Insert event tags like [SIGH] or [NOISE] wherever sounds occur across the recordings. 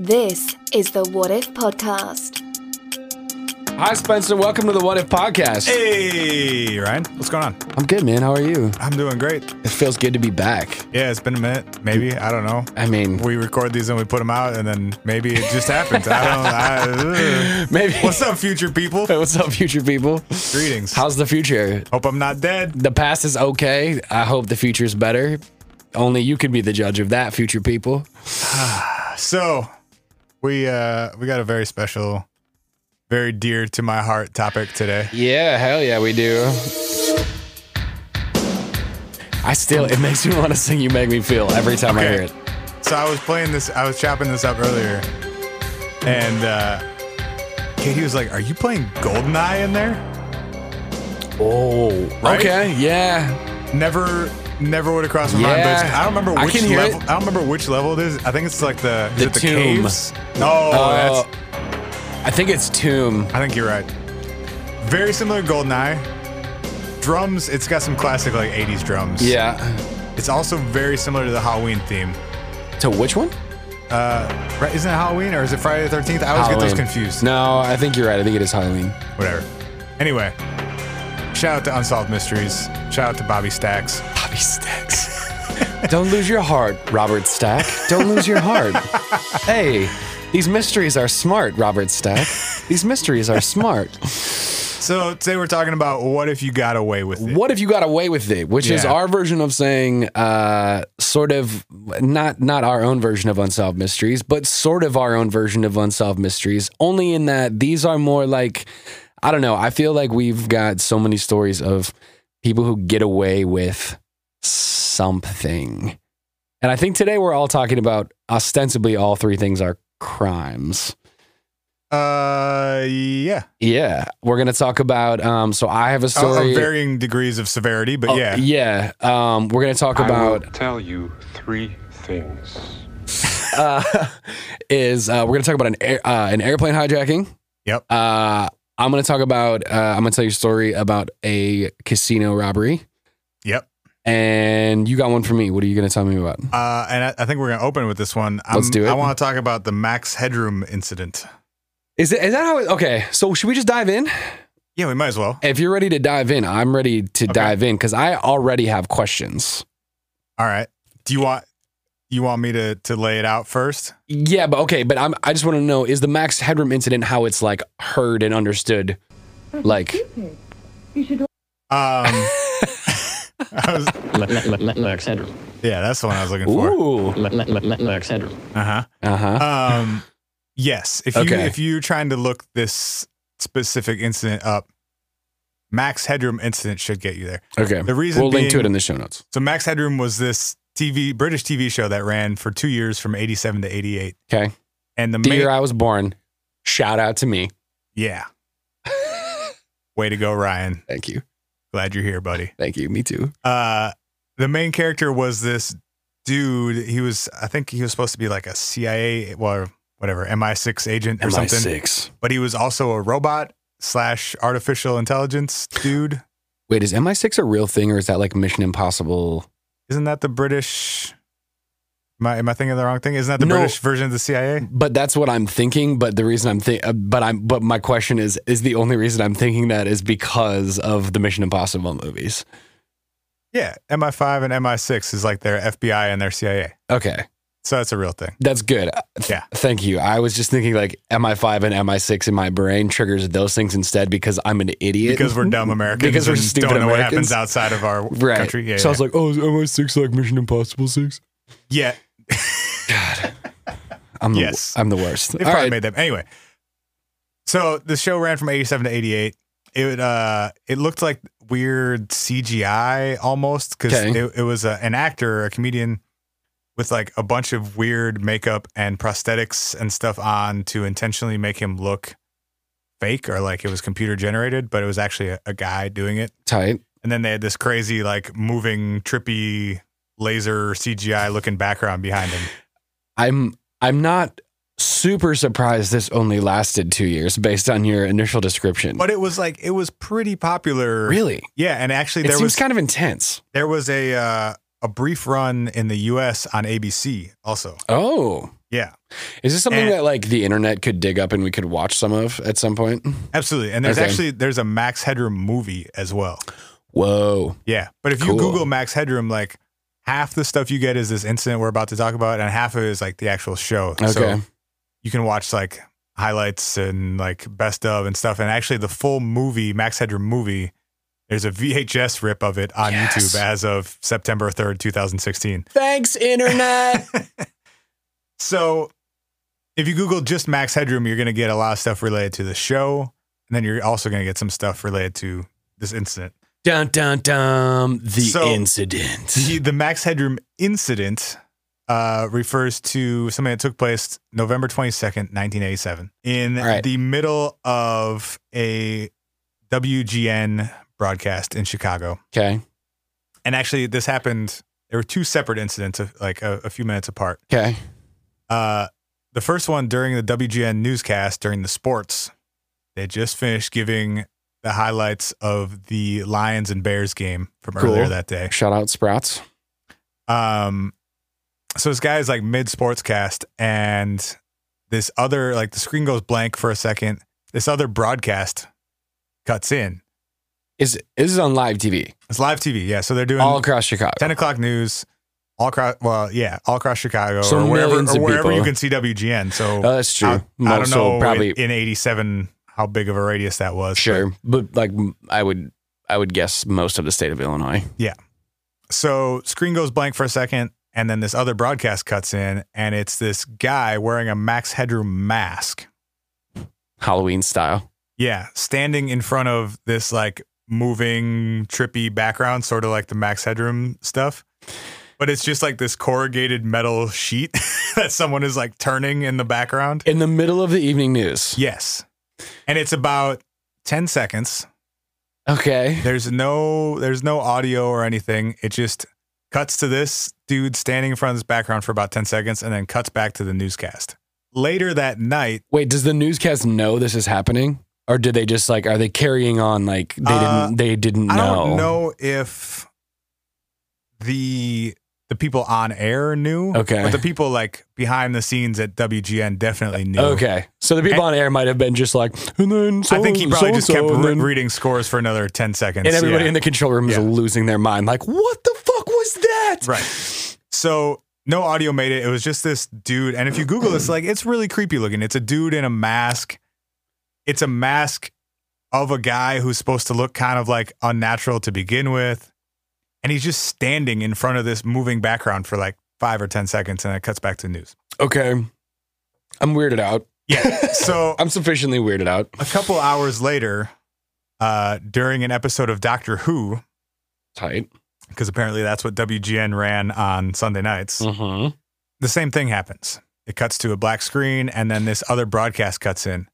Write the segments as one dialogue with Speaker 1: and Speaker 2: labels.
Speaker 1: This is the What If Podcast.
Speaker 2: Hi, Spencer. Welcome to the What If Podcast.
Speaker 3: Hey, Ryan, what's going on?
Speaker 2: I'm good, man. How are you?
Speaker 3: I'm doing great.
Speaker 2: It feels good to be back.
Speaker 3: Yeah, it's been a minute, maybe. I don't know.
Speaker 2: I mean,
Speaker 3: We record these and we put them out, and then maybe it just happens. I don't. [LAUGHS] I, ugh.
Speaker 2: maybe.
Speaker 3: What's up, future people?
Speaker 2: Hey, [LAUGHS] what's up, future people?
Speaker 3: Greetings.
Speaker 2: How's the future?
Speaker 3: Hope I'm not dead.
Speaker 2: The past is okay. I hope the future is better. Only you can be the judge of that, future people.
Speaker 3: So, we uh we got a very special, very dear to my heart topic today.
Speaker 2: Yeah, hell yeah, we do. I still, it makes me want to sing You Make Me Feel every time I
Speaker 3: Okay.
Speaker 2: hear it.
Speaker 3: So I was playing this. I was chopping this up earlier, and uh Katie was like, "Are you playing Goldeneye in there?"
Speaker 2: Oh,
Speaker 3: Right?
Speaker 2: okay. Yeah.
Speaker 3: Never, never would have crossed my mind. But it's-
Speaker 2: Yeah.
Speaker 3: I don't remember
Speaker 2: I
Speaker 3: which
Speaker 2: can hear
Speaker 3: level.
Speaker 2: it.
Speaker 3: I don't remember which level it is. I think it's like the is
Speaker 2: The
Speaker 3: it the
Speaker 2: tomb.
Speaker 3: caves. No, Oh,
Speaker 2: Uh,
Speaker 3: that's.
Speaker 2: I think it's Tomb.
Speaker 3: I think you're right. Very similar to Goldeneye. Drums. It's got some classic like '80s drums.
Speaker 2: Yeah.
Speaker 3: It's also very similar to the Halloween theme.
Speaker 2: To which one?
Speaker 3: Right? Isn't it Halloween or is it Friday the Thirteenth? I always get
Speaker 2: Halloween.
Speaker 3: those confused.
Speaker 2: No, I think you're right. I think it is Halloween.
Speaker 3: Whatever. Anyway, shout out to Unsolved Mysteries. Shout out to Bobby Stacks.
Speaker 2: Bobby Stacks. Don't lose your heart, Robert Stack. Don't lose your heart. hey, these mysteries are smart, Robert Stack. These mysteries are smart.
Speaker 3: So today we're talking about what if you got away with it.
Speaker 2: What if you got away with it? Which is
Speaker 3: Yeah.
Speaker 2: our version of saying, uh, sort of, not not our own version of unsolved mysteries, but sort of our own version of unsolved mysteries. Only in that these are more like, I don't know. I feel like we've got so many stories of people who get away with something, and I think today we're all talking about ostensibly all three things are crimes.
Speaker 3: Uh, yeah.
Speaker 2: Yeah, we're gonna talk about. Um, so I have a
Speaker 3: Of-
Speaker 2: story.
Speaker 3: Of varying degrees of severity, but
Speaker 2: Oh,
Speaker 3: yeah.
Speaker 2: yeah. Um, we're gonna talk
Speaker 4: I will
Speaker 2: about
Speaker 4: tell you three things.
Speaker 2: uh, [LAUGHS] is uh, we're gonna talk about an air, uh, an airplane hijacking.
Speaker 3: Yep.
Speaker 2: Uh, I'm gonna talk about uh, I'm gonna tell you a story about a casino robbery,
Speaker 3: Yep.
Speaker 2: and you got one for me. What are you gonna tell me about?
Speaker 3: Uh, and I, I think we're gonna open with this one. I'm,
Speaker 2: Let's do it.
Speaker 3: I want to talk about the Max Headroom incident.
Speaker 2: Is it is that how? It, okay, so should we just dive in?
Speaker 3: Yeah, we might as well.
Speaker 2: If you're ready to dive in, I'm ready to dive in because I already have questions.
Speaker 3: All right. Do you want you want me to to lay it out first?
Speaker 2: Yeah, but okay, but I'm, I just want to know is the Max Headroom incident how it's like heard and understood? Like, [LAUGHS]
Speaker 3: Um, I was,
Speaker 5: Lex Headroom.
Speaker 3: yeah, that's the one I was looking for.
Speaker 2: ooh,
Speaker 5: Lex Headroom.
Speaker 3: Uh
Speaker 2: uh huh.
Speaker 3: huh. Um, yes. If you
Speaker 2: Okay.
Speaker 3: if you're trying to look this specific incident up, Max Headroom incident should get you there.
Speaker 2: Okay.
Speaker 3: The reason
Speaker 2: we'll link to
Speaker 3: being-
Speaker 2: it in the show notes.
Speaker 3: So Max Headroom was this TV British TV show that ran for two years from eighty seven to eighty eight.
Speaker 2: Okay.
Speaker 3: And the
Speaker 2: The year
Speaker 3: main
Speaker 2: I was born. Shout out to me.
Speaker 3: yeah. Way to go, Ryan.
Speaker 2: Thank you.
Speaker 3: Glad you're here, buddy.
Speaker 2: Thank you. Me too.
Speaker 3: Uh, the main character was this dude. He was, I think, he was supposed to be like a CIA, well, whatever, MI6 agent or something.
Speaker 2: MI6.
Speaker 3: But he was also a robot slash artificial intelligence dude.
Speaker 2: Wait, is MI6 a real thing or is that like Mission Impossible?
Speaker 3: Isn't that the British? Am I, am I thinking the wrong thing? Isn't that the
Speaker 2: No.
Speaker 3: British version of the CIA?
Speaker 2: But that's what I'm thinking. But the reason I'm think, uh, but I'm, but my question is, is the only reason I'm thinking that is because of the Mission Impossible movies.
Speaker 3: Yeah, MI5 and MI6 is like their FBI and their CIA.
Speaker 2: Okay,
Speaker 3: So that's a real thing.
Speaker 2: that's good. Uh, th-
Speaker 3: Yeah.
Speaker 2: Thank you. I was just thinking like MI5 and MI6 in my brain triggers those things instead because I'm an idiot.
Speaker 3: Because we're dumb Americans
Speaker 2: Because we're
Speaker 3: and
Speaker 2: stupid
Speaker 3: don't know what
Speaker 2: Americans.
Speaker 3: happens outside of our
Speaker 2: [LAUGHS] right.
Speaker 3: country. Yeah,
Speaker 2: so I
Speaker 3: yeah.
Speaker 2: was like, oh, is MI6 like Mission Impossible six?
Speaker 3: yeah.
Speaker 2: God. I'm
Speaker 3: Yes.
Speaker 2: the, I'm the worst.
Speaker 3: They
Speaker 2: All
Speaker 3: probably
Speaker 2: right.
Speaker 3: made them anyway. So the show ran from eighty seven to eighty eight. It would, uh it looked like weird CGI almost because
Speaker 2: Okay.
Speaker 3: it, it was a, an actor, a comedian with like a bunch of weird makeup and prosthetics and stuff on to intentionally make him look fake or like it was computer generated, but it was actually a, a guy doing it.
Speaker 2: tight.
Speaker 3: And then they had this crazy like moving trippy laser CGI looking background behind him.
Speaker 2: I'm I'm not super surprised this only lasted two years based on your initial description.
Speaker 3: But it was like it was pretty popular.
Speaker 2: really?
Speaker 3: Yeah, and actually
Speaker 2: It
Speaker 3: there
Speaker 2: seems
Speaker 3: was
Speaker 2: kind of intense.
Speaker 3: there was a uh, a brief run in the U.S. on ABC also.
Speaker 2: Oh.
Speaker 3: Yeah,
Speaker 2: Is this something
Speaker 3: And-
Speaker 2: that like the internet could dig up and we could watch some of at some point?
Speaker 3: absolutely. And there's
Speaker 2: Okay.
Speaker 3: actually there's a Max Headroom movie as well.
Speaker 2: Whoa.
Speaker 3: Yeah, but if you
Speaker 2: Cool.
Speaker 3: Google Max Headroom, like half the stuff you get is this incident we're about to talk about, and half of it is like the actual show.
Speaker 2: Okay.
Speaker 3: you can watch like highlights and like best of and stuff. And actually, the full movie, Max Headroom movie, there's a VHS rip of it on
Speaker 2: Yes.
Speaker 3: YouTube as of September 3rd, 2016.
Speaker 2: Thanks, internet.
Speaker 3: [LAUGHS] So if you Google just Max Headroom, you're going to get a lot of stuff related to the show. And then you're also going to get some stuff related to this incident.
Speaker 2: dun dun dun. The
Speaker 3: So-
Speaker 2: incident.
Speaker 3: The, the Max Headroom incident uh, refers to something that took place November 22nd, 1987, in
Speaker 2: All right.
Speaker 3: the middle of a WGN broadcast in Chicago.
Speaker 2: Okay.
Speaker 3: And actually, this happened. There were two separate incidents, uh, like a, a few minutes apart.
Speaker 2: Okay.
Speaker 3: Uh, the first one during the WGN newscast during the sports, they just finished giving the highlights of the Lions and Bears game from
Speaker 2: Cool.
Speaker 3: earlier that day.
Speaker 2: Shout out Sprouts.
Speaker 3: Um, so this guy is like mid sportscast, and this other like the screen goes blank for a second. This other broadcast cuts in.
Speaker 2: Is this is on live TV
Speaker 3: It's live TV, yeah. So they're doing
Speaker 2: all across Chicago?
Speaker 3: ten o'clock news, all across. Well, yeah, all across Chicago
Speaker 2: So
Speaker 3: or wherever
Speaker 2: millions
Speaker 3: or
Speaker 2: of
Speaker 3: wherever
Speaker 2: people.
Speaker 3: you can see WGN. So
Speaker 2: Oh, that's true.
Speaker 3: I, I don't
Speaker 2: so
Speaker 3: know
Speaker 2: probably
Speaker 3: in, in '87 how big of a radius that was.
Speaker 2: sure, but like I would, I would guess most of the state of Illinois.
Speaker 3: so screen goes blank for a second and then this other broadcast cuts in and it's this guy wearing a max headroom mask
Speaker 2: Halloween style.
Speaker 3: yeah standing in front of this like moving trippy background sort of like the max headroom stuff but it's just like this corrugated metal sheet [LAUGHS] that someone is like turning in the background
Speaker 2: In the middle of the evening news.
Speaker 3: yes and it's about 10 seconds
Speaker 2: Okay.
Speaker 3: There's no there's no audio or anything. It just cuts to this dude standing in front of this background for about 10 seconds and then cuts back to the newscast. Later that night,
Speaker 2: Wait, does the newscast know this is happening? Or did they just like are they carrying on like they
Speaker 3: Uh,
Speaker 2: didn't they didn't
Speaker 3: I
Speaker 2: know?
Speaker 3: don't know if the the people on air knew.
Speaker 2: Okay.
Speaker 3: But the people like behind the scenes at WGN definitely knew.
Speaker 2: Okay. So the people on air might have been just like and then so
Speaker 3: I think he probably just kept
Speaker 2: and,
Speaker 3: re-
Speaker 2: then-
Speaker 3: reading scores for another 10 seconds.
Speaker 2: and everybody
Speaker 3: Yeah.
Speaker 2: in the control room is
Speaker 3: Yeah.
Speaker 2: losing their mind like what the fuck was that?
Speaker 3: Right. So no audio made it. It was just this dude. And if you Google this, like it's really creepy looking. It's a dude in a mask. It's a mask of a guy who's supposed to look kind of like unnatural to begin with. And he's just standing in front of this moving background for like five or 10 seconds and it cuts back to news.
Speaker 2: Okay. I'm weirded out.
Speaker 3: Yeah.
Speaker 2: [LAUGHS]
Speaker 3: So
Speaker 2: I'm sufficiently weirded out.
Speaker 3: a couple hours later, uh, during an episode of Doctor Who,
Speaker 2: Tight.
Speaker 3: because apparently that's what WGN ran on Sunday nights.
Speaker 2: Mm-hmm.
Speaker 3: the same thing happens. It cuts to a black screen and then this other broadcast cuts in.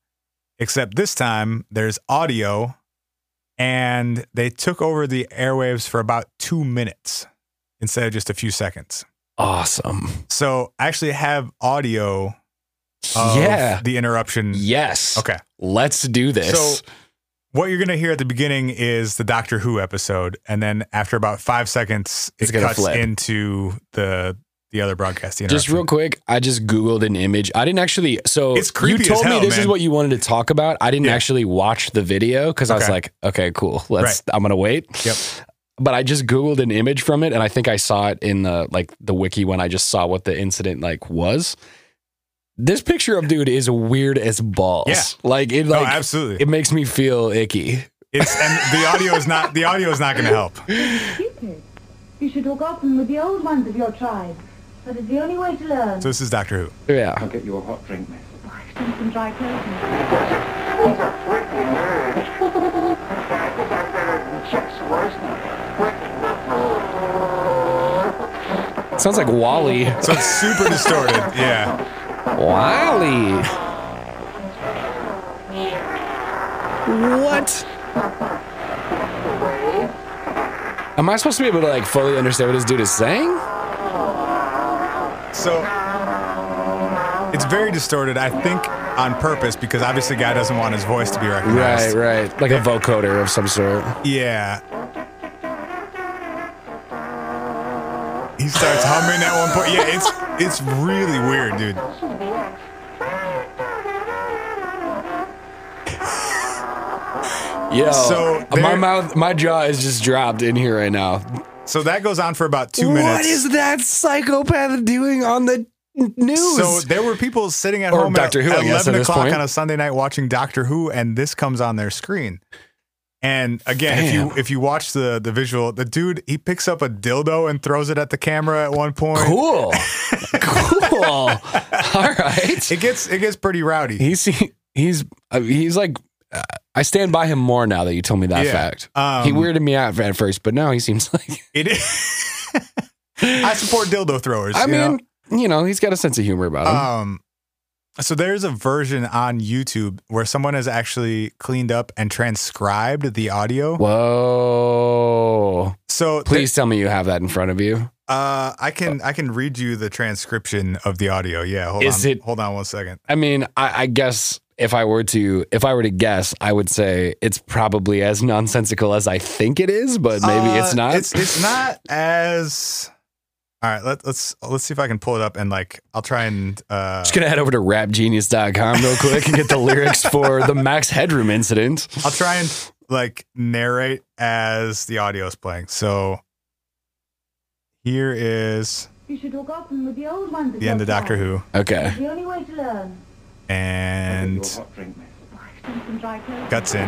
Speaker 3: Except this time there's audio and they took over the airwaves for about two minutes instead of just a few seconds.
Speaker 2: Awesome.
Speaker 3: So I actually have audio of
Speaker 2: yeah.
Speaker 3: the interruption.
Speaker 2: Yes.
Speaker 3: Okay.
Speaker 2: Let's do this.
Speaker 3: So what you're going to hear at the beginning is the Doctor Who episode. And then after about five seconds,
Speaker 2: It's
Speaker 3: it
Speaker 2: gonna
Speaker 3: cuts
Speaker 2: flip.
Speaker 3: into the the other broadcast. The
Speaker 2: just
Speaker 3: interruption.
Speaker 2: real quick, I just googled an image. I didn't actually. So
Speaker 3: It's creepy
Speaker 2: You told
Speaker 3: as hell,
Speaker 2: me this is
Speaker 3: man.
Speaker 2: what you wanted to talk about. I didn't
Speaker 3: Yeah.
Speaker 2: actually watch the video because I was
Speaker 3: Okay.
Speaker 2: like, okay, cool. Let's. I'm gonna wait.
Speaker 3: Yep.
Speaker 2: But I just googled an image from it, and I think I saw it in the like the wiki when I just saw what the incident like was. This picture of dude is weird as balls.
Speaker 3: Yeah.
Speaker 2: Like it.
Speaker 3: No,
Speaker 2: Like
Speaker 3: absolutely.
Speaker 2: it makes me feel icky.
Speaker 3: It's and the audio is not the audio is not going to help.
Speaker 6: stupid. You should look often with the old ones of your tribe. That is the only way to learn.
Speaker 3: So this is Doctor Who.
Speaker 2: Yeah.
Speaker 7: I'll get you a hot drink, miss.
Speaker 6: Drink some dry clothes.
Speaker 2: Sounds like Wally.
Speaker 3: So it's super distorted. Yeah.
Speaker 2: Wally. What? Am I supposed to be able to like fully understand what this dude is saying?
Speaker 3: So it's very distorted. I think on purpose because obviously guy doesn't want his voice to be
Speaker 2: Right,
Speaker 3: recognized.
Speaker 2: right. Like a vocoder of some sort.
Speaker 3: Yeah. He starts humming at one point. Yeah, it's it's really weird, dude.
Speaker 2: Yo,
Speaker 3: So
Speaker 2: my
Speaker 3: there-
Speaker 2: mouth, my jaw is just dropped in here right now.
Speaker 3: So that goes on for about two
Speaker 2: What
Speaker 3: minutes.
Speaker 2: is that psychopath doing on the n- news?
Speaker 3: so there were people sitting at
Speaker 2: Or
Speaker 3: home
Speaker 2: Doctor
Speaker 3: at,
Speaker 2: Who, I
Speaker 3: at
Speaker 2: guess, at
Speaker 3: 11
Speaker 2: this
Speaker 3: o'clock
Speaker 2: point.
Speaker 3: on a Sunday night watching Doctor Who, and this comes on their screen. And again, if you
Speaker 2: Damn.
Speaker 3: if you watch the the visual, the dude he picks up a dildo and throws it at the camera at one point. [LAUGHS]
Speaker 2: cool, cool. All right,
Speaker 3: It gets it gets pretty rowdy.
Speaker 2: he's he's uh, he's like. Uh, I stand by him more now that you told me that
Speaker 3: Yeah,
Speaker 2: fact.
Speaker 3: um,
Speaker 2: he weirded me out at first, but now he seems [LAUGHS] like.
Speaker 3: It is. [LAUGHS] I support dildo throwers.
Speaker 2: I
Speaker 3: you know?
Speaker 2: mean, you know, he's got a sense of humor about him.
Speaker 3: Um, so there's a version on YouTube where someone has actually cleaned up and transcribed the audio.
Speaker 2: Whoa!
Speaker 3: So th-
Speaker 2: Please tell me you have that in front of you.
Speaker 3: uh, I can I can read you the transcription of the audio. Yeah, hold
Speaker 2: Is
Speaker 3: on.
Speaker 2: it-
Speaker 3: Hold on one second.
Speaker 2: I mean, I, I guess if I were to, if I were to guess, I would say it's probably as nonsensical as I think it is, but maybe
Speaker 3: Uh,
Speaker 2: it's not.
Speaker 3: It's it's not as. All right, let, let's let's see if I can pull it up and like I'll try and uh,
Speaker 2: Just gonna head over to rapgenius.com real quick and
Speaker 3: [LAUGHS]
Speaker 2: get the lyrics for the Max Headroom incident.
Speaker 3: I'll try and like narrate as the audio is playing. So here is
Speaker 6: You should hook up with the old ones of
Speaker 3: the end
Speaker 6: your
Speaker 3: of Doctor
Speaker 6: tribe.
Speaker 3: Who
Speaker 2: Okay.
Speaker 6: The only way to learn.
Speaker 3: and
Speaker 6: Some dry clothes.
Speaker 3: cuts in.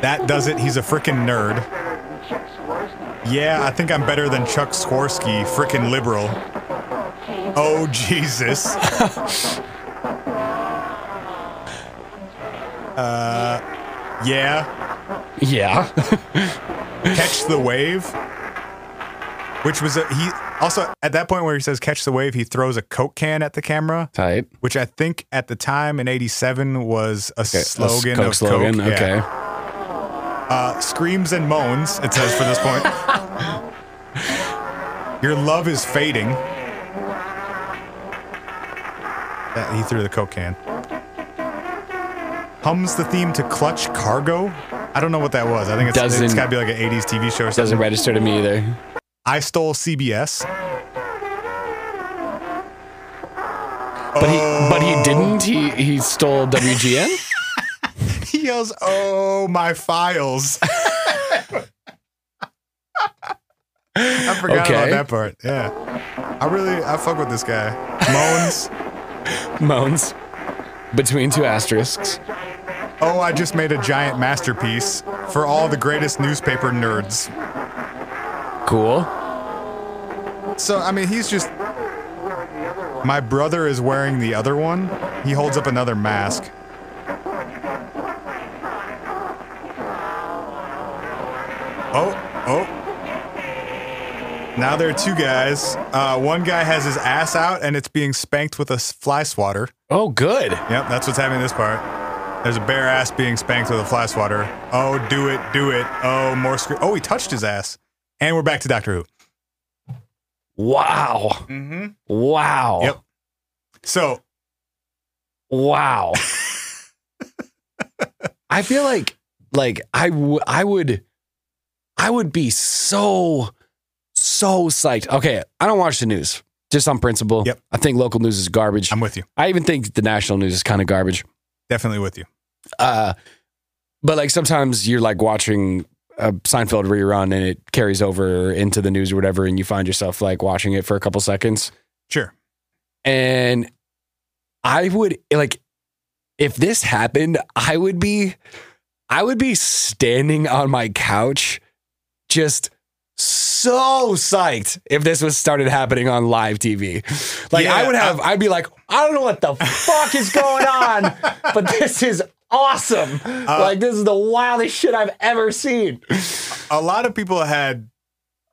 Speaker 3: That does it. He's a freaking nerd. Yeah, I think I'm better than Chuck Scorsky, freaking liberal. Oh, Jesus. [LAUGHS] uh, Uh, yeah,
Speaker 2: Yeah. [LAUGHS]
Speaker 3: catch the wave. Which was a, he also at that point where he says catch the wave, he throws a Coke can at the camera
Speaker 2: Tight.
Speaker 3: which I think at the time in '87 was a
Speaker 2: Okay.
Speaker 3: slogan
Speaker 2: Coke
Speaker 3: of
Speaker 2: slogan.
Speaker 3: Coke.
Speaker 2: okay.
Speaker 3: Yeah. Uh, screams and moans. It says for this point. Your love is fading. That, he threw the coke can. Hums the theme to Clutch Cargo. I don't know what that was. I think it's,
Speaker 2: Doesn't-
Speaker 3: it's got to be like an '80s TV show or something.
Speaker 2: Doesn't register to me either.
Speaker 3: I stole CBS.
Speaker 2: But he, but
Speaker 3: Oh.
Speaker 2: he didn't. He he stole
Speaker 3: [LAUGHS]
Speaker 2: WGN.
Speaker 3: [LAUGHS] He yells, "Oh my files!" [LAUGHS] I forgot about
Speaker 2: Okay.
Speaker 3: that part. Yeah, I really I fuck with this guy. Moans.
Speaker 2: Moans between two asterisks.
Speaker 3: oh, I just made a giant masterpiece for all the greatest newspaper nerds.
Speaker 2: Cool.
Speaker 3: So I mean, he's just. My brother is wearing the other one. He holds up another mask. Oh, oh. Now there are two guys. Uh, one guy has his ass out and it's being spanked with a s- fly swatter.
Speaker 2: Oh, good.
Speaker 3: Yep, that's what's happening in this part. There's a bare ass being spanked with a fly swatter. Oh, do it, do it. Oh, more screw. Oh, he touched his ass. And we're back to Doctor Who.
Speaker 2: Wow.
Speaker 3: Mm-hmm.
Speaker 2: Wow.
Speaker 3: Yep. So
Speaker 2: Wow. I feel like like I w- I would I would be so so psyched. Okay, I don't watch the news just on principle.
Speaker 3: Yep.
Speaker 2: I think local news is garbage.
Speaker 3: I'm with you.
Speaker 2: I even think the national news is kind of garbage.
Speaker 3: Definitely with you.
Speaker 2: Uh, but like sometimes you're like watching a Seinfeld rerun and it carries over into the news or whatever, and you find yourself like watching it for a couple seconds.
Speaker 3: Sure.
Speaker 2: And I would like if this happened, I would be I would be standing on my couch just so psyched if this was started happening on live TV. Like I
Speaker 3: Yeah,
Speaker 2: would have I'd be like, I don't know what the fuck is going on, but this is awesome.
Speaker 3: Uh,
Speaker 2: like this is the wildest shit I've ever seen.
Speaker 3: A lot of people had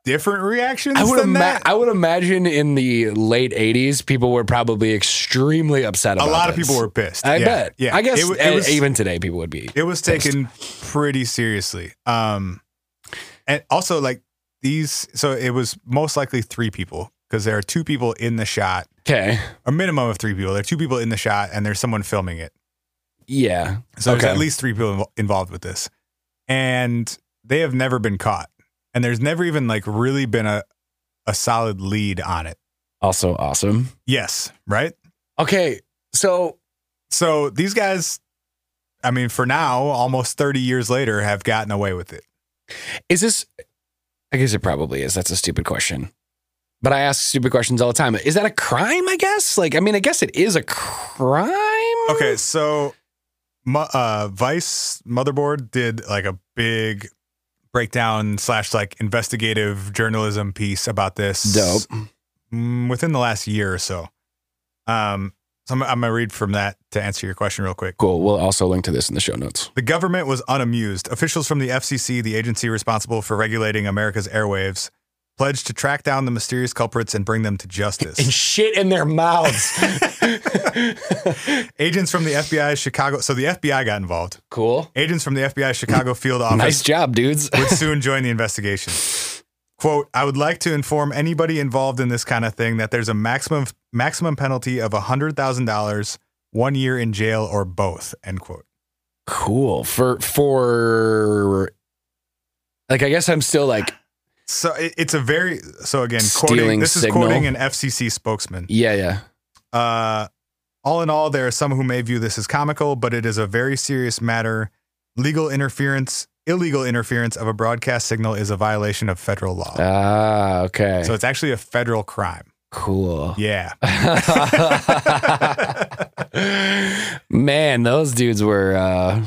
Speaker 3: different reactions
Speaker 2: I would,
Speaker 3: than
Speaker 2: ima-
Speaker 3: that.
Speaker 2: I would imagine in the late 80s, people were probably extremely upset
Speaker 3: A
Speaker 2: about
Speaker 3: lot of
Speaker 2: this.
Speaker 3: people were pissed.
Speaker 2: I
Speaker 3: yeah.
Speaker 2: bet.
Speaker 3: Yeah.
Speaker 2: I guess
Speaker 3: it, wa-
Speaker 2: e-
Speaker 3: it was
Speaker 2: even today people would be.
Speaker 3: it was taken pretty seriously. Um and also like these so it was most likely three people because there are two people in the shot,
Speaker 2: Okay.
Speaker 3: a minimum of three people. There are two people in the shot and there's someone filming it.
Speaker 2: Yeah.
Speaker 3: So
Speaker 2: Okay.
Speaker 3: there's at least three people invo- involved with this, and they have never been caught, and there's never even like really been a a solid lead on it.
Speaker 2: Also awesome.
Speaker 3: Yes, right?
Speaker 2: Okay, so
Speaker 3: So these guys, I mean, for now, almost 30 years later, have gotten away with it.
Speaker 2: is this? I guess it probably is. That's a stupid question. But I ask stupid questions all the time. Is that a crime? I guess. Like, I mean, I guess it is a crime. Mm.
Speaker 3: Okay, so mu- uh, Vice Motherboard did like a big breakdown slash like investigative journalism piece about this.
Speaker 2: Dope.
Speaker 3: mm, within the last year or so. Um, so I'm, I'm gonna read from that to answer your question real quick.
Speaker 2: Cool. We'll also link to this in the show notes.
Speaker 3: The government was unamused. Officials from the FCC, the agency responsible for regulating America's airwaves, pledged to track down the mysterious culprits and bring them to
Speaker 2: And
Speaker 3: justice.
Speaker 2: shit in their mouths.
Speaker 3: [LAUGHS]
Speaker 2: [LAUGHS]
Speaker 3: Agents from the FBI Chicago, so the FBI got involved.
Speaker 2: cool.
Speaker 3: Agents from the FBI Chicago field office
Speaker 2: Nice job, dudes.
Speaker 3: would soon join the investigation. Quote, I would like to inform anybody involved in this kind of thing that there's a maximum maximum penalty of $100,000, one year in jail or both, end quote.
Speaker 2: Cool. For for like I guess I'm still like,
Speaker 3: So it, it's a very, so again, quoting,
Speaker 2: Stealing
Speaker 3: this
Speaker 2: signal.
Speaker 3: is quoting an FCC spokesman.
Speaker 2: yeah, yeah.
Speaker 3: Uh, all in all, there are some who may view this as comical, but it is a very serious matter. Legal interference, illegal interference of a broadcast signal is a violation of federal law.
Speaker 2: Ah, okay.
Speaker 3: so it's actually a federal crime.
Speaker 2: cool.
Speaker 3: Yeah.
Speaker 2: [LAUGHS] Man, those dudes were uh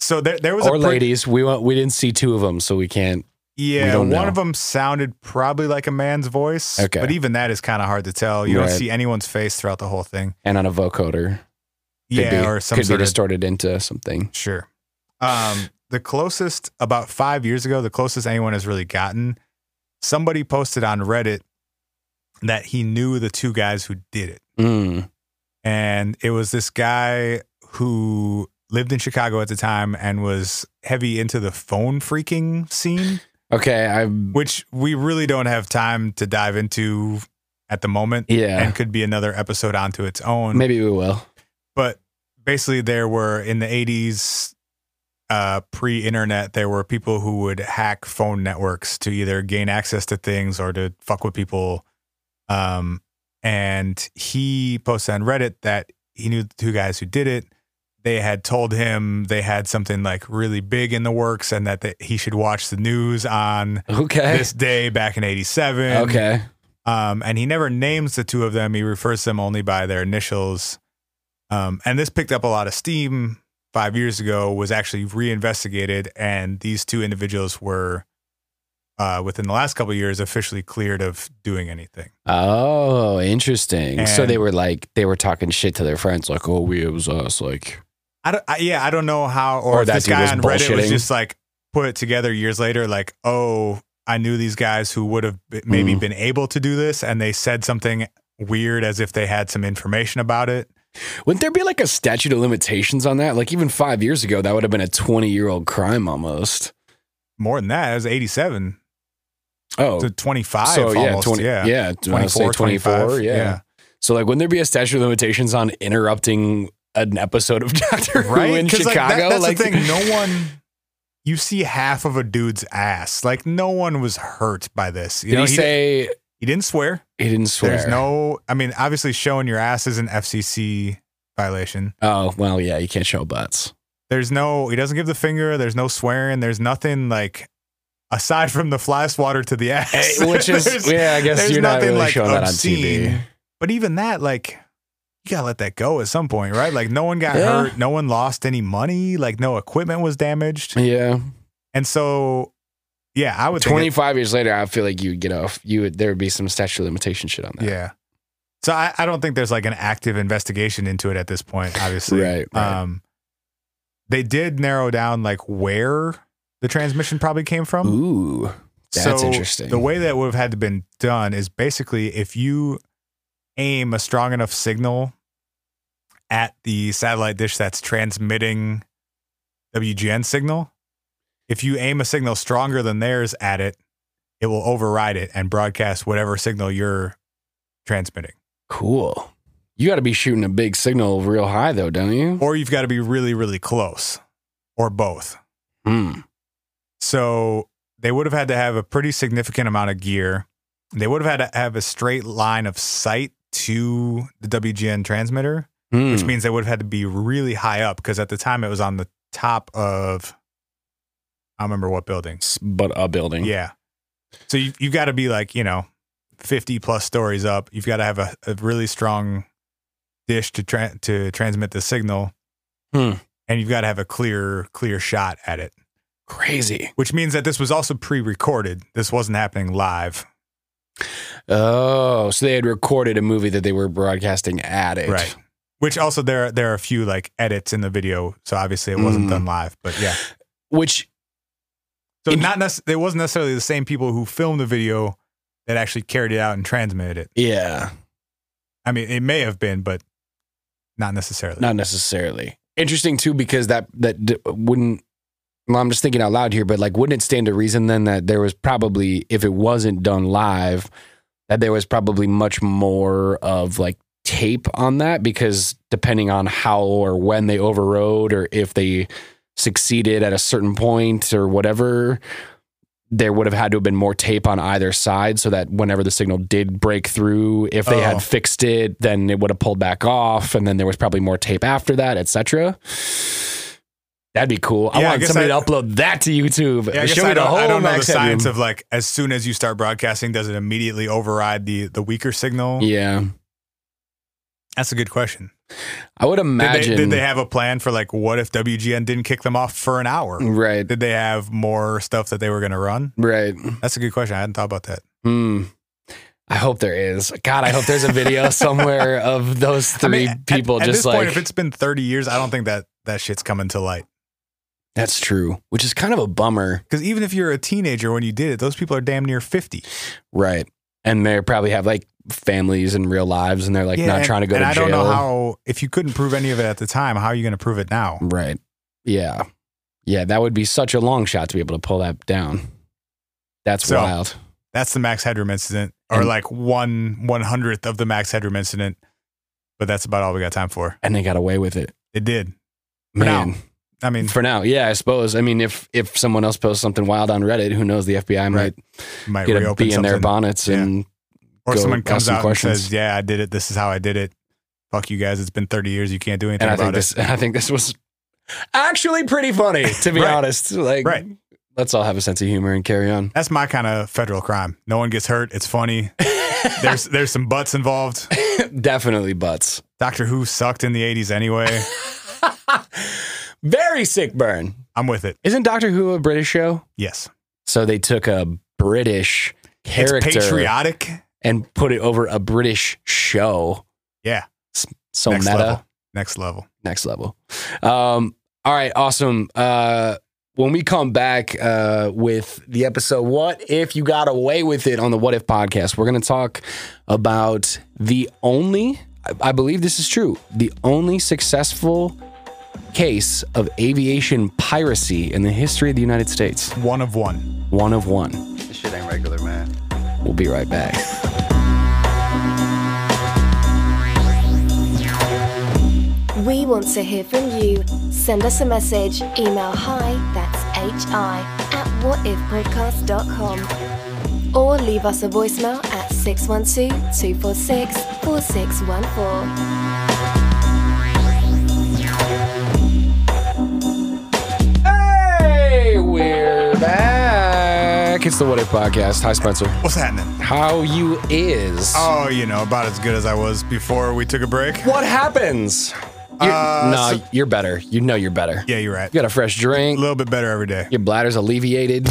Speaker 3: So there, there was
Speaker 2: or
Speaker 3: a pretty-
Speaker 2: ladies. We went we didn't see two of them, so we can't
Speaker 3: Yeah,
Speaker 2: don't
Speaker 3: one
Speaker 2: know.
Speaker 3: of them sounded probably like a man's voice.
Speaker 2: Okay.
Speaker 3: But even that is kind of hard to tell. You
Speaker 2: Right.
Speaker 3: don't see anyone's face throughout the whole thing.
Speaker 2: and on a vocoder. Could
Speaker 3: yeah,
Speaker 2: be,
Speaker 3: or some
Speaker 2: could
Speaker 3: sort
Speaker 2: be
Speaker 3: of
Speaker 2: distorted into something.
Speaker 3: sure. Um, the closest about five years ago, the closest anyone has really gotten, somebody posted on Reddit that he knew the two guys who did it,
Speaker 2: Mm.
Speaker 3: and it was this guy who lived in Chicago at the time and was heavy into the phone freaking scene.
Speaker 2: Okay, I
Speaker 3: which we really don't have time to dive into at the moment
Speaker 2: Yeah.
Speaker 3: and could be another episode onto its own
Speaker 2: maybe we will.
Speaker 3: but basically there were in the 80s uh, pre-internet there were people who would hack phone networks to either gain access to things or to fuck with people um, and he posted on reddit that he knew the two guys who did it they had told him they had something like really big in the works and that that he should watch the news on
Speaker 2: Okay.
Speaker 3: this day back in 87.
Speaker 2: Okay.
Speaker 3: Um, and he never names the two of them. He refers them only by their initials. Um, and this picked up a lot of steam five years ago, was actually reinvestigated. And these two individuals were, uh, within the last couple of years, officially cleared of doing anything.
Speaker 2: Oh, interesting. so
Speaker 3: And-
Speaker 2: they were like they were talking shit to their friends, like, "Oh, we it was us." Like,
Speaker 3: I don't, I, yeah, I don't know how, or,
Speaker 2: Or
Speaker 3: if
Speaker 2: that
Speaker 3: this
Speaker 2: dude
Speaker 3: guy
Speaker 2: was
Speaker 3: on Reddit was
Speaker 2: bullshitting.
Speaker 3: just like put it together years later, like, oh, I knew these guys who would have b- maybe
Speaker 2: Mm.
Speaker 3: been able to do this, and they said something weird as if they had some information about it.
Speaker 2: wouldn't there be like a statute of limitations on that? Like, even five years ago, that would have been a twenty-year-old crime almost.
Speaker 3: More than that, it was 87
Speaker 2: Oh,
Speaker 3: to 25.
Speaker 2: so yeah,
Speaker 3: almost,
Speaker 2: 20, yeah,
Speaker 3: yeah,
Speaker 2: yeah,
Speaker 3: 24,
Speaker 2: 24
Speaker 3: 25.
Speaker 2: yeah. So like, wouldn't there be a statute of limitations on interrupting an episode of [LAUGHS] Doctor Who
Speaker 3: Right?
Speaker 2: in
Speaker 3: 'Cause,
Speaker 2: Chicago?
Speaker 3: like, that- that's the thing.
Speaker 2: [LAUGHS]
Speaker 3: No one, you see half of a dude's ass. Like, no one was hurt by this. You
Speaker 2: Did
Speaker 3: know,
Speaker 2: he say
Speaker 3: he didn't swear.
Speaker 2: he didn't swear?
Speaker 3: There's no, I mean, obviously, showing your ass is an FCC violation.
Speaker 2: Oh well, yeah, you can't show butts.
Speaker 3: There's no, he doesn't give the finger. There's no swearing. There's nothing like, aside from the fly swatter to
Speaker 2: [LAUGHS]
Speaker 3: the ass,
Speaker 2: Eh, Which is
Speaker 3: [LAUGHS] There's-
Speaker 2: yeah, I guess
Speaker 3: there's
Speaker 2: you're not
Speaker 3: nothing,
Speaker 2: really
Speaker 3: like,
Speaker 2: showing that on
Speaker 3: obscene.
Speaker 2: TV.
Speaker 3: But even that, like, you gotta let that go at some point, right? Like, no one got
Speaker 2: Yeah.
Speaker 3: hurt, no one lost any money, like, no equipment was damaged,
Speaker 2: Yeah,
Speaker 3: and so, yeah, I would think it-
Speaker 2: 25 years later, I feel like you would get off. You would, there would be some statute of limitation shit on that.
Speaker 3: yeah. So I, I don't think there's like an active investigation into it at this point, obviously.
Speaker 2: Right, right.
Speaker 3: Um, they did narrow down like where the transmission probably came from.
Speaker 2: Ooh, that's
Speaker 3: um, so
Speaker 2: interesting.
Speaker 3: The way that would have had to been done is basically if you aim a strong enough signal at the satellite dish that's transmitting WGN signal, if you aim a signal stronger than theirs at it, it will override it and broadcast whatever signal you're transmitting.
Speaker 2: cool. You got to be shooting a big signal real high though, don't you?
Speaker 3: Or you've got to be really, really close, or both.
Speaker 2: Hmm.
Speaker 3: So they would have had to have a pretty significant amount of gear. They would have had to have a straight line of sight to the WGN transmitter,
Speaker 2: Hmm.
Speaker 3: which means they would have had to be really high up because at the time it was on the top of, I don't remember what building.
Speaker 2: It's but a building.
Speaker 3: Yeah. So you, you've got to be like, you know, 50 plus stories up. You've got to have a, a really strong dish to tra- to transmit the signal.
Speaker 2: Hmm.
Speaker 3: And you've got to have a clear, clear shot at it,
Speaker 2: Crazy.
Speaker 3: which means that this was also pre recorded. This wasn't happening live.
Speaker 2: Oh, so they had recorded a movie that they were broadcasting at it.
Speaker 3: Right. Which also there there are a few like edits in the video, so obviously it wasn't
Speaker 2: Mm.
Speaker 3: done live. But yeah,
Speaker 2: Which
Speaker 3: so
Speaker 2: It-
Speaker 3: not nec- it wasn't necessarily the same people who filmed the video that actually carried it out and transmitted it.
Speaker 2: yeah,
Speaker 3: I mean, it may have been, but not necessarily.
Speaker 2: not necessarily. Interesting too because that that d- wouldn't well, I'm just thinking out loud here, but like wouldn't it stand to reason then that there was probably if it wasn't done live that there was probably much more of like tape on that because depending on how or when they overrode or if they succeeded at a certain point or whatever there would have had to have been more tape on either side so that whenever the signal did break through if they
Speaker 3: Oh.
Speaker 2: had fixed it then it would have pulled back off and then there was probably more tape after that etc that'd be cool
Speaker 3: Yeah, I
Speaker 2: i want
Speaker 3: guess
Speaker 2: somebody
Speaker 3: I-
Speaker 2: to upload that to youtube
Speaker 3: Yeah, I guess
Speaker 2: show me
Speaker 3: I
Speaker 2: the
Speaker 3: don't,
Speaker 2: whole
Speaker 3: I don't know the
Speaker 2: Max Headroom.
Speaker 3: science of like as soon as you start broadcasting, does it immediately override the the weaker signal?
Speaker 2: yeah
Speaker 3: That's a good question.
Speaker 2: i would
Speaker 3: Did they,
Speaker 2: imagine
Speaker 3: did they have a plan for like what if WGN didn't kick them off for an hour?
Speaker 2: right
Speaker 3: Did they have more stuff that they were going to run?
Speaker 2: right
Speaker 3: That's a good question. I hadn't thought about that.
Speaker 2: Hmm. I hope there is. God, I hope there's a
Speaker 3: [LAUGHS]
Speaker 2: video somewhere of those
Speaker 3: I
Speaker 2: three
Speaker 3: mean, at-
Speaker 2: people
Speaker 3: at,
Speaker 2: just
Speaker 3: this
Speaker 2: like
Speaker 3: point, if it's been thirty years, I don't think that that shit's coming to light.
Speaker 2: that's true, which is kind of a bummer,
Speaker 3: Because even if you're a teenager when you did it, those people are damn near fifty.
Speaker 2: right? And they probably have like families and real lives, and they're like
Speaker 3: Yeah,
Speaker 2: not
Speaker 3: and-
Speaker 2: trying to go
Speaker 3: and
Speaker 2: to
Speaker 3: I
Speaker 2: jail,
Speaker 3: don't know how if you couldn't prove any of it at the time, how are you going to prove it now?
Speaker 2: right? Yeah, yeah, that would be such a long shot to be able to pull that down. That's
Speaker 3: So-
Speaker 2: wild.
Speaker 3: That's the Max Headroom incident, or
Speaker 2: And-
Speaker 3: like one one hundredth of the Max Headroom incident. But that's about all we got time for.
Speaker 2: And they got away with it,
Speaker 3: It did. For now.
Speaker 2: man.
Speaker 3: I mean,
Speaker 2: For now, yeah, I suppose. I mean, if if someone else posts something wild on Reddit, who knows? The FBI might
Speaker 3: might
Speaker 2: get a
Speaker 3: reopen
Speaker 2: bee in
Speaker 3: something,
Speaker 2: their bonnets
Speaker 3: Yeah.
Speaker 2: and
Speaker 3: or
Speaker 2: go
Speaker 3: someone
Speaker 2: ask
Speaker 3: comes
Speaker 2: some
Speaker 3: out
Speaker 2: questions.
Speaker 3: and says, "Yeah, I did it. This is how I did it. Fuck you guys. It's been thirty years. You can't do anything
Speaker 2: and I
Speaker 3: about
Speaker 2: think
Speaker 3: it."
Speaker 2: this [LAUGHS] I think this was actually pretty funny to be
Speaker 3: Right.
Speaker 2: honest. Like
Speaker 3: Right.
Speaker 2: let's all have a sense of humor and carry
Speaker 3: [LAUGHS]
Speaker 2: on.
Speaker 3: That's my kind of federal crime. No one gets hurt.
Speaker 2: [LAUGHS]
Speaker 3: It's funny. there's there's some butts involved.
Speaker 2: Definitely
Speaker 3: [LAUGHS]
Speaker 2: butts.
Speaker 3: Doctor Who sucked in the '80s anyway.
Speaker 2: Very sick burn.
Speaker 3: I'm with it.
Speaker 2: Isn't Doctor Who a British show?
Speaker 3: Yes,
Speaker 2: So they took a British character
Speaker 3: it's patriotic.
Speaker 2: and put it over a British show.
Speaker 3: Yeah.
Speaker 2: S- So
Speaker 3: Next
Speaker 2: meta.
Speaker 3: level. Next level.
Speaker 2: next level. Um, all right, awesome. Uh, when we come back uh, with the episode, what if you got away with it on the What If podcast? We're going to talk about the only, I- I believe this is true, the only successful case of aviation piracy in the history of the United States.
Speaker 3: One of one.
Speaker 2: One of one.
Speaker 7: This shit ain't regular, man.
Speaker 2: We'll be right back.
Speaker 1: We want to hear from you. Send us a message. Email hi, that's hi, at whatifpodcast.com. Or leave us a voicemail at 612 246 4614.
Speaker 2: Hey, we're back. It's the What If podcast. Hi, Spencer.
Speaker 3: What's happening?
Speaker 2: How you is?
Speaker 3: Oh, you know, about as good as I was before we took a break.
Speaker 2: What happens? You're,
Speaker 3: Uh,
Speaker 2: no,
Speaker 3: so-
Speaker 2: you're better. You know you're better.
Speaker 3: Yeah, you're right.
Speaker 2: You got a fresh
Speaker 3: A
Speaker 2: drink.
Speaker 3: little bit better every day.
Speaker 2: Your bladder's alleviated.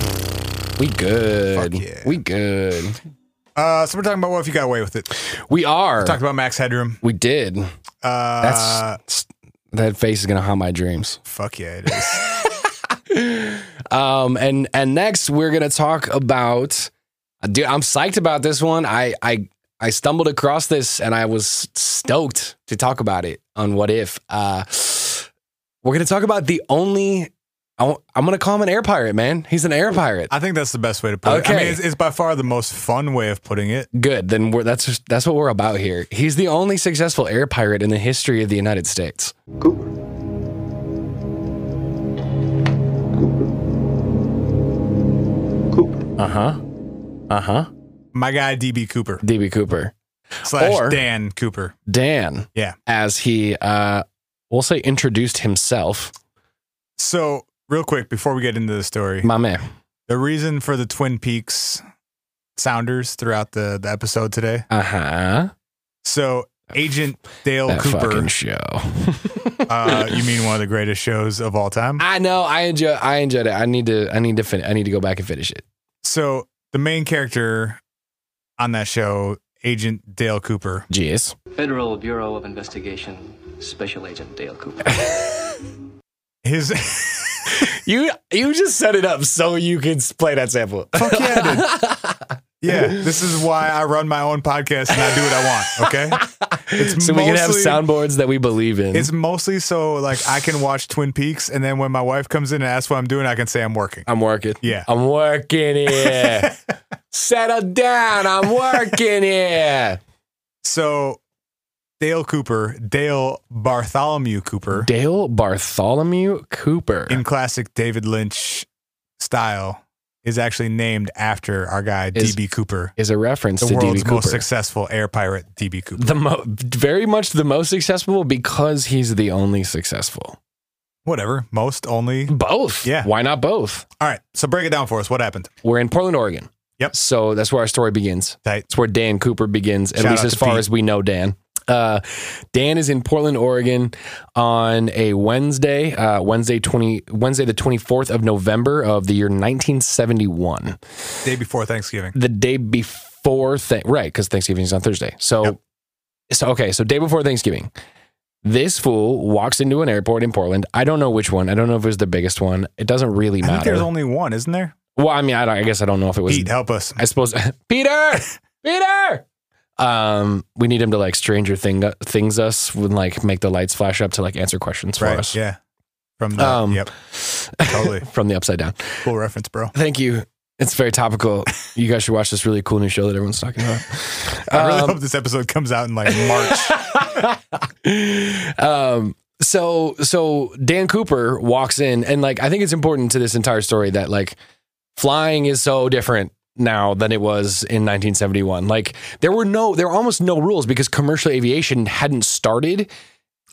Speaker 2: We good.
Speaker 3: Fuck yeah.
Speaker 2: We good.
Speaker 3: Uh, so we're talking about what if you got away with it.
Speaker 2: We are.
Speaker 3: Talked about Max Headroom.
Speaker 2: we did.
Speaker 3: Uh,
Speaker 2: That's that face is gonna haunt my dreams.
Speaker 3: fuck yeah, it is.
Speaker 2: Um, and and next we're gonna talk about. Dude, I'm psyched about this one. I I I stumbled across this and I was stoked to talk about it on What If. Uh, we're gonna talk about the only. I w- I'm gonna call him an air pirate, man. He's an air pirate.
Speaker 3: I think that's the best way to put it. I
Speaker 2: Okay.
Speaker 3: mean, it's, it's by far the most fun way of putting it.
Speaker 2: Good. Then we're, that's just- that's what we're about here. He's the only successful air pirate in the history of the United States.
Speaker 4: Cooper. Cooper. Cooper.
Speaker 2: Uh huh. Uh huh.
Speaker 3: my guy DB Cooper
Speaker 2: DB Cooper,
Speaker 3: slash
Speaker 2: Or-
Speaker 3: Dan Cooper.
Speaker 2: Dan.
Speaker 3: Yeah.
Speaker 2: As he, uh, we'll say, introduced himself.
Speaker 3: So real quick before we get into the story,
Speaker 2: My man.
Speaker 3: the reason for the Twin Peaks sounders throughout the, the episode today.
Speaker 2: Uh huh.
Speaker 3: So Agent Dale
Speaker 2: That fucking
Speaker 3: Cooper,
Speaker 2: show.
Speaker 3: uh, you mean one of the greatest shows of all time?
Speaker 2: I know. I enjoy. I enjoyed it. I need to. I need to. Fin- I need to go back and finish it.
Speaker 3: So the main character on that show, Agent Dale Cooper,
Speaker 2: Jeez.
Speaker 7: Federal Bureau of Investigation, Special Agent Dale Cooper.
Speaker 3: his [LAUGHS]
Speaker 2: You you just set it up so you could play that [LAUGHS] sample.
Speaker 3: fuck yeah, dude. yeah. This is why I run my own podcast and I do what I want. Okay, it's
Speaker 2: so we can have
Speaker 3: mostly-
Speaker 2: soundboards that we believe in.
Speaker 3: It's mostly so like I can watch Twin Peaks, and then when my wife comes in and asks what I'm doing, I can say
Speaker 2: [LAUGHS]
Speaker 3: I'm working.
Speaker 2: I'm working.
Speaker 3: Yeah.
Speaker 2: I'm working [LAUGHS] here. Settle down. I'm working here.
Speaker 3: [LAUGHS] So Dale Cooper, Dale Bartholomew Cooper,
Speaker 2: Dale Bartholomew Cooper.
Speaker 3: in classic David Lynch style, is actually named after our guy
Speaker 2: Is-
Speaker 3: DB Cooper,
Speaker 2: is a reference
Speaker 3: the
Speaker 2: to D.B.
Speaker 3: world's
Speaker 2: Cooper.
Speaker 3: most successful air pirate. DB Cooper.
Speaker 2: the mo- very much the most successful because he's the only successful.
Speaker 3: Whatever, most only.
Speaker 2: Both.
Speaker 3: Yeah.
Speaker 2: Why not both?
Speaker 3: All right, so break it down for us. What happened?
Speaker 2: We're in Portland, Oregon.
Speaker 3: Yep.
Speaker 2: So that's where our story begins.
Speaker 3: Tight.
Speaker 2: It's where Dan Cooper begins, at
Speaker 3: Shout
Speaker 2: least
Speaker 3: out
Speaker 2: as
Speaker 3: to
Speaker 2: far
Speaker 3: Pete.
Speaker 2: as we know Dan. Uh, Dan is in Portland, Oregon on a Wednesday, uh, Wednesday 20, Wednesday the 24th of November of the year 1971.
Speaker 3: Day before Thanksgiving.
Speaker 2: The day before, th- right, because Thanksgiving is on Thursday. So,
Speaker 3: Yep.
Speaker 2: so, okay, so day before Thanksgiving. This fool walks into an airport in Portland. I don't know which one. I don't know if it was the biggest one. It doesn't really
Speaker 3: I think
Speaker 2: matter.
Speaker 3: there's only one, isn't there?
Speaker 2: well, I mean, I, don't- I guess I don't know if it was
Speaker 3: Pete, help us.
Speaker 2: I suppose [LAUGHS] Peter, Peter. Um, we need him to like Stranger Thing things us would like make the lights flash up to like answer questions for
Speaker 3: right.
Speaker 2: us
Speaker 3: Yeah. From the
Speaker 2: Um,
Speaker 3: yep. Totally.
Speaker 2: from the upside down.
Speaker 3: cool reference, bro.
Speaker 2: Thank you. It's very topical. You guys should watch this really cool new show that everyone's talking about.
Speaker 3: [LAUGHS] I really
Speaker 2: Um,
Speaker 3: hope this episode comes out in like March.
Speaker 2: [LAUGHS] um so so Dan Cooper walks in and like I think it's important to this entire story that like flying is so different now than it was in 1971. Like there were no there were almost no rules because commercial aviation hadn't started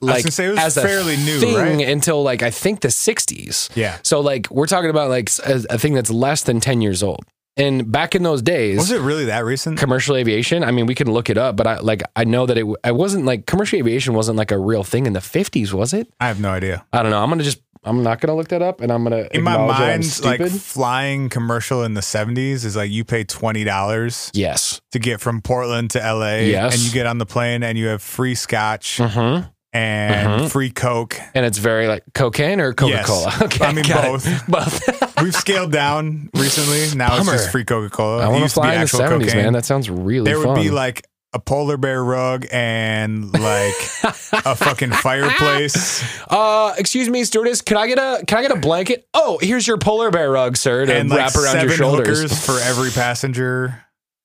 Speaker 3: was
Speaker 2: like
Speaker 3: gonna say, it was
Speaker 2: as a
Speaker 3: fairly new,
Speaker 2: thing
Speaker 3: right?
Speaker 2: until like I think the 60s.
Speaker 3: yeah.
Speaker 2: So like we're talking about like a, a thing that's less than 10 years old. And back in those days
Speaker 3: Was it really that recent?
Speaker 2: commercial aviation. I mean, we can look it up, but I like I know that it. w- I wasn't like commercial aviation wasn't like a real thing in the fifties, was it?
Speaker 3: I have no idea.
Speaker 2: I don't know. I'm gonna just. I'm not gonna look that up, and I'm gonna.
Speaker 3: In my
Speaker 2: acknowledge that I'm
Speaker 3: mind, like
Speaker 2: stupid.
Speaker 3: flying commercial in the 70s is like you pay $20
Speaker 2: yes.
Speaker 3: to get from Portland to LA
Speaker 2: Yes.
Speaker 3: and you get on the plane and you have free scotch
Speaker 2: Mm-hmm.
Speaker 3: and
Speaker 2: Mhm.
Speaker 3: free coke.
Speaker 2: And it's very like cocaine or Coca Cola. [LAUGHS]
Speaker 3: Yes.
Speaker 2: Okay,
Speaker 3: I mean,
Speaker 2: got it. [LAUGHS]
Speaker 3: both. [LAUGHS]
Speaker 2: Both.
Speaker 3: We've scaled down recently. Now
Speaker 2: Bummer.
Speaker 3: it's just free Coca-Cola.
Speaker 2: I
Speaker 3: It
Speaker 2: want to
Speaker 3: used be
Speaker 2: fly in the
Speaker 3: actual
Speaker 2: seventies,
Speaker 3: cocaine.
Speaker 2: man. That sounds really
Speaker 3: there would
Speaker 2: fun.
Speaker 3: be like a polar bear rug and like a fucking fireplace
Speaker 2: [LAUGHS] uh, excuse me, stewardess. Can I get a can I get a blanket? Oh, here's your polar bear rug, sir, to
Speaker 3: and like
Speaker 2: wrap around
Speaker 3: seven
Speaker 2: your shoulders.
Speaker 3: hookers for every passenger.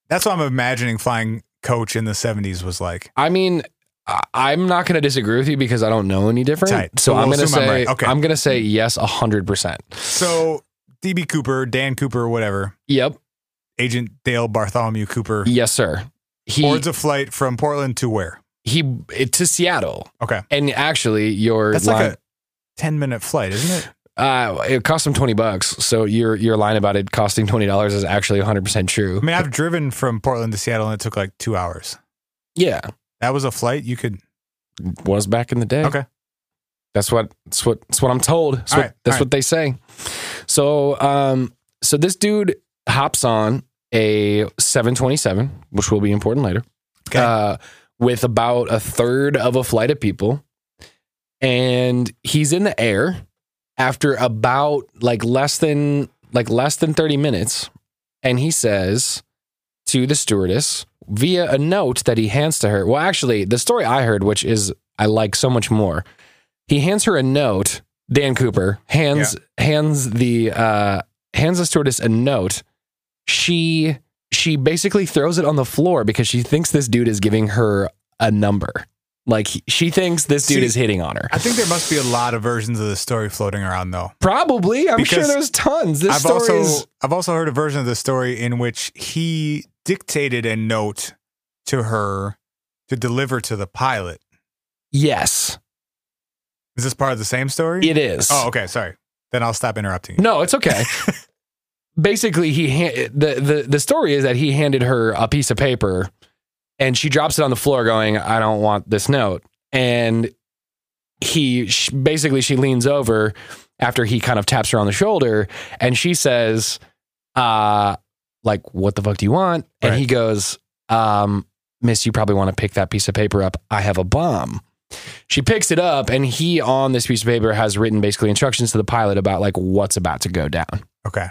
Speaker 3: That's what I'm imagining flying coach in the 70s was like.
Speaker 2: I mean, I- I'm not going to disagree with you because I don't know any different.
Speaker 3: Tight.
Speaker 2: So
Speaker 3: We'll
Speaker 2: I'm going to
Speaker 3: assume I'm
Speaker 2: say
Speaker 3: right. Okay.
Speaker 2: I'm going to say yes, hundred percent.
Speaker 3: So DB Cooper, Dan Cooper, whatever,
Speaker 2: Yep.
Speaker 3: Agent Dale Bartholomew Cooper
Speaker 2: Yes, sir. He
Speaker 3: boards a flight from Portland to where?
Speaker 2: he it, to Seattle,
Speaker 3: Okay.
Speaker 2: and actually your
Speaker 3: That's
Speaker 2: line,
Speaker 3: like a 10 minute flight, isn't it?
Speaker 2: uh, it cost him twenty bucks. So your your line about it costing twenty dollars is actually hundred percent true.
Speaker 3: I mean, I've driven from Portland to Seattle and it took like two hours.
Speaker 2: Yeah,
Speaker 3: That was a flight you could.
Speaker 2: was back in the day.
Speaker 3: Okay.
Speaker 2: That's what that's what that's what I'm told. That's,
Speaker 3: All
Speaker 2: what,
Speaker 3: right,
Speaker 2: that's
Speaker 3: all
Speaker 2: what they say. So um so this dude hops on a 727, which will be important later.
Speaker 3: Okay.
Speaker 2: Uh with about a third of a flight of people. And he's in the air after about like less than like less than 30 minutes and he says to the stewardess via a note that he hands to her. Well, actually, the story I heard, which is I like so much more, he hands her a note. Dan Cooper hands hands the uh, hands the stewardess a note. She she basically throws it on the floor because she thinks this dude is giving her a number. Like he- she thinks this dude
Speaker 3: See,
Speaker 2: is hitting on her.
Speaker 3: I think there must be a lot of versions of the story floating around, though.
Speaker 2: Probably, I'm sure
Speaker 3: because
Speaker 2: there's tons. This
Speaker 3: I've
Speaker 2: story
Speaker 3: also
Speaker 2: is
Speaker 3: I've also heard a version of the story in which he dictated a note to her to deliver to the pilot.
Speaker 2: Yes,
Speaker 3: Is this part of the same story?
Speaker 2: it is.
Speaker 3: Oh, okay. Sorry. Then I'll stop interrupting you.
Speaker 2: No, it's okay. Basically, he ha- the, the the story is that he handed her a piece of paper, and she drops it on the floor, going, "I don't want this note." And he sh- basically she leans over after he kind of taps her on the shoulder, and she says, "Uh, like what the fuck do you want?" And
Speaker 3: Right.
Speaker 2: he goes, "Um, Miss, you probably want to pick that piece of paper up. I have a bomb." She picks it up, and he on this piece of paper has written basically instructions to the pilot about like what's about to go down.
Speaker 3: Okay.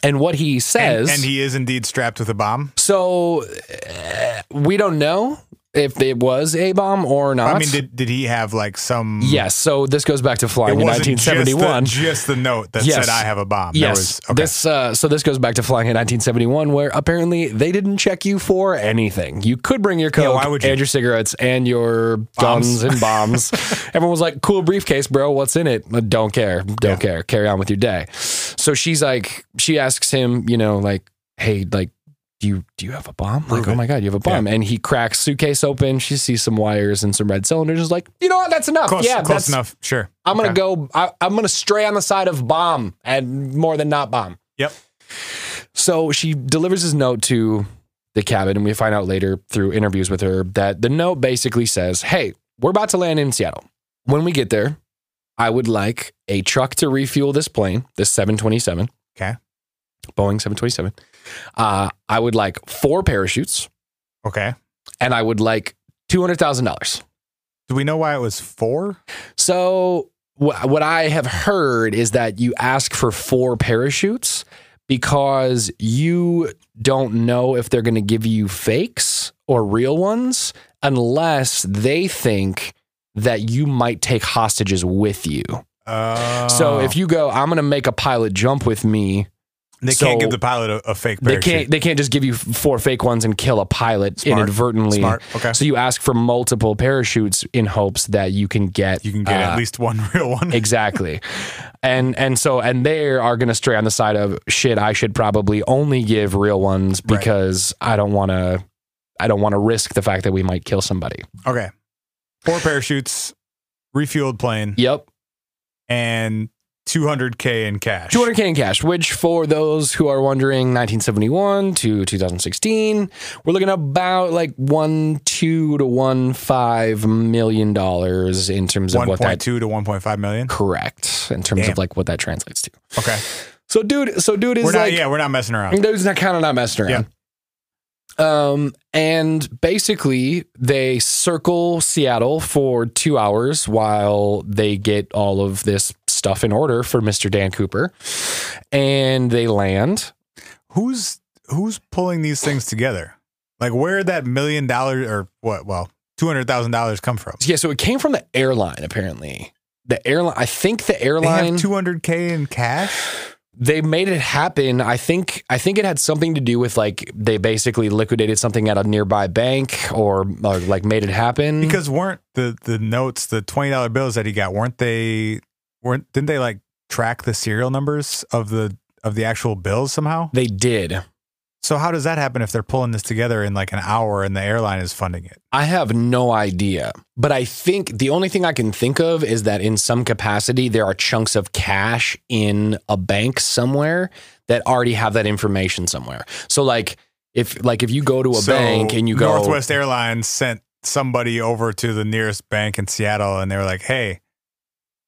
Speaker 2: And what he
Speaker 3: And,
Speaker 2: says,
Speaker 3: and he is indeed strapped with a bomb.
Speaker 2: so uh, we don't know if it was a bomb or not.
Speaker 3: I mean, did, did he have like some?
Speaker 2: yes. So this goes back to
Speaker 3: It
Speaker 2: flying in
Speaker 3: wasn't
Speaker 2: 1971.
Speaker 3: Just the, just the note that
Speaker 2: Yes.
Speaker 3: said, I have a bomb. There
Speaker 2: Yes,
Speaker 3: was- okay.
Speaker 2: this uh, so this goes back to flying in 1971, where apparently they didn't check you for anything. You could bring your coke
Speaker 3: Yeah, why would you?
Speaker 2: and your cigarettes and your
Speaker 3: Bombs.
Speaker 2: guns
Speaker 3: [LAUGHS]
Speaker 2: and bombs. Everyone was like, "Cool briefcase, bro. What's in it? Uh, Don't care. Don't
Speaker 3: Yeah.
Speaker 2: care. Carry on with your day." So she's like, she asks him, you know, like, "Hey, like." Do you, do you have a bomb? Like,
Speaker 3: Prove
Speaker 2: oh
Speaker 3: it.
Speaker 2: my God, you have a bomb. And he cracks suitcase open. She sees some wires and some red cylinders. Is like, you know what? That's enough.
Speaker 3: close,
Speaker 2: yeah,
Speaker 3: close
Speaker 2: that's,
Speaker 3: enough. Sure.
Speaker 2: I'm gonna
Speaker 3: Okay.
Speaker 2: go. I, I'm gonna stray on the side of bomb and more than not bomb.
Speaker 3: Yep.
Speaker 2: So she delivers his note to the cabin, and we find out later through interviews with her that the note basically says, "Hey, we're about to land in Seattle. When we get there, I would like a truck to refuel this plane, this 727,
Speaker 3: Okay.
Speaker 2: Boeing 727. Uh, I would like four parachutes,
Speaker 3: Okay.
Speaker 2: and I would like two hundred thousand dollars."
Speaker 3: Do we know why it was four?
Speaker 2: So wh- what I have heard is that you ask for four parachutes because you don't know if they're going to give you fakes or real ones unless they think that you might take hostages with you.
Speaker 3: Uh,
Speaker 2: So if you go, I'm going to make a pilot jump with me.
Speaker 3: they
Speaker 2: so-
Speaker 3: can't give the pilot a, a fake
Speaker 2: They
Speaker 3: parachute.
Speaker 2: can't. They can't just give you f- four fake ones and kill a pilot
Speaker 3: Smart.
Speaker 2: inadvertently.
Speaker 3: Smart. Okay.
Speaker 2: So you ask for multiple parachutes in hopes that you can get
Speaker 3: you can get
Speaker 2: uh,
Speaker 3: at least one [LAUGHS] real one.
Speaker 2: exactly and and so and they are going to stray on the side of shit i should probably only give real ones
Speaker 3: Right.
Speaker 2: because i don't want to i don't want to risk the fact that we might kill somebody
Speaker 3: Okay. Four parachutes, refueled plane,
Speaker 2: yep
Speaker 3: and 200K in cash.
Speaker 2: 200k in cash which for those who are wondering 1971 to 2016 we're looking about like 1 2 to 1 5 million dollars in terms of what
Speaker 3: 1.2
Speaker 2: that
Speaker 3: to 1.5 million.
Speaker 2: correct in terms
Speaker 3: Damn.
Speaker 2: of like what that translates to
Speaker 3: Okay. [LAUGHS]
Speaker 2: so dude so dude is
Speaker 3: We're not,
Speaker 2: like
Speaker 3: yeah, we're not messing around.
Speaker 2: Those not kind of not messing around. Um, and basically they circle Seattle for two hours while they get all of this stuff in order for Mr. Dan Cooper, and they land.
Speaker 3: Who's who's pulling these things together? Like where did that million dollars or what? Well, two hundred thousand dollars come from?
Speaker 2: Yeah, so it came from the airline apparently. The airline, I think the airline
Speaker 3: Two hundred k in cash.
Speaker 2: they made it happen. I think I think it had something to do with like they basically liquidated something at a nearby bank or, or like made it happen
Speaker 3: Because weren't the the notes the twenty dollar bills that he got weren't they weren't didn't they like track the serial numbers of the of the actual bills somehow?
Speaker 2: they did.
Speaker 3: So how does that happen if they're pulling this together in like an hour and the airline is funding it?
Speaker 2: I have no idea. But I think the only thing I can think of is that in some capacity, there are chunks of cash in a bank somewhere that already have that information somewhere. So, like, if like if you go to a
Speaker 3: So
Speaker 2: bank and you go
Speaker 3: Northwest Airlines sent somebody over to the nearest bank in Seattle and they were like, "Hey,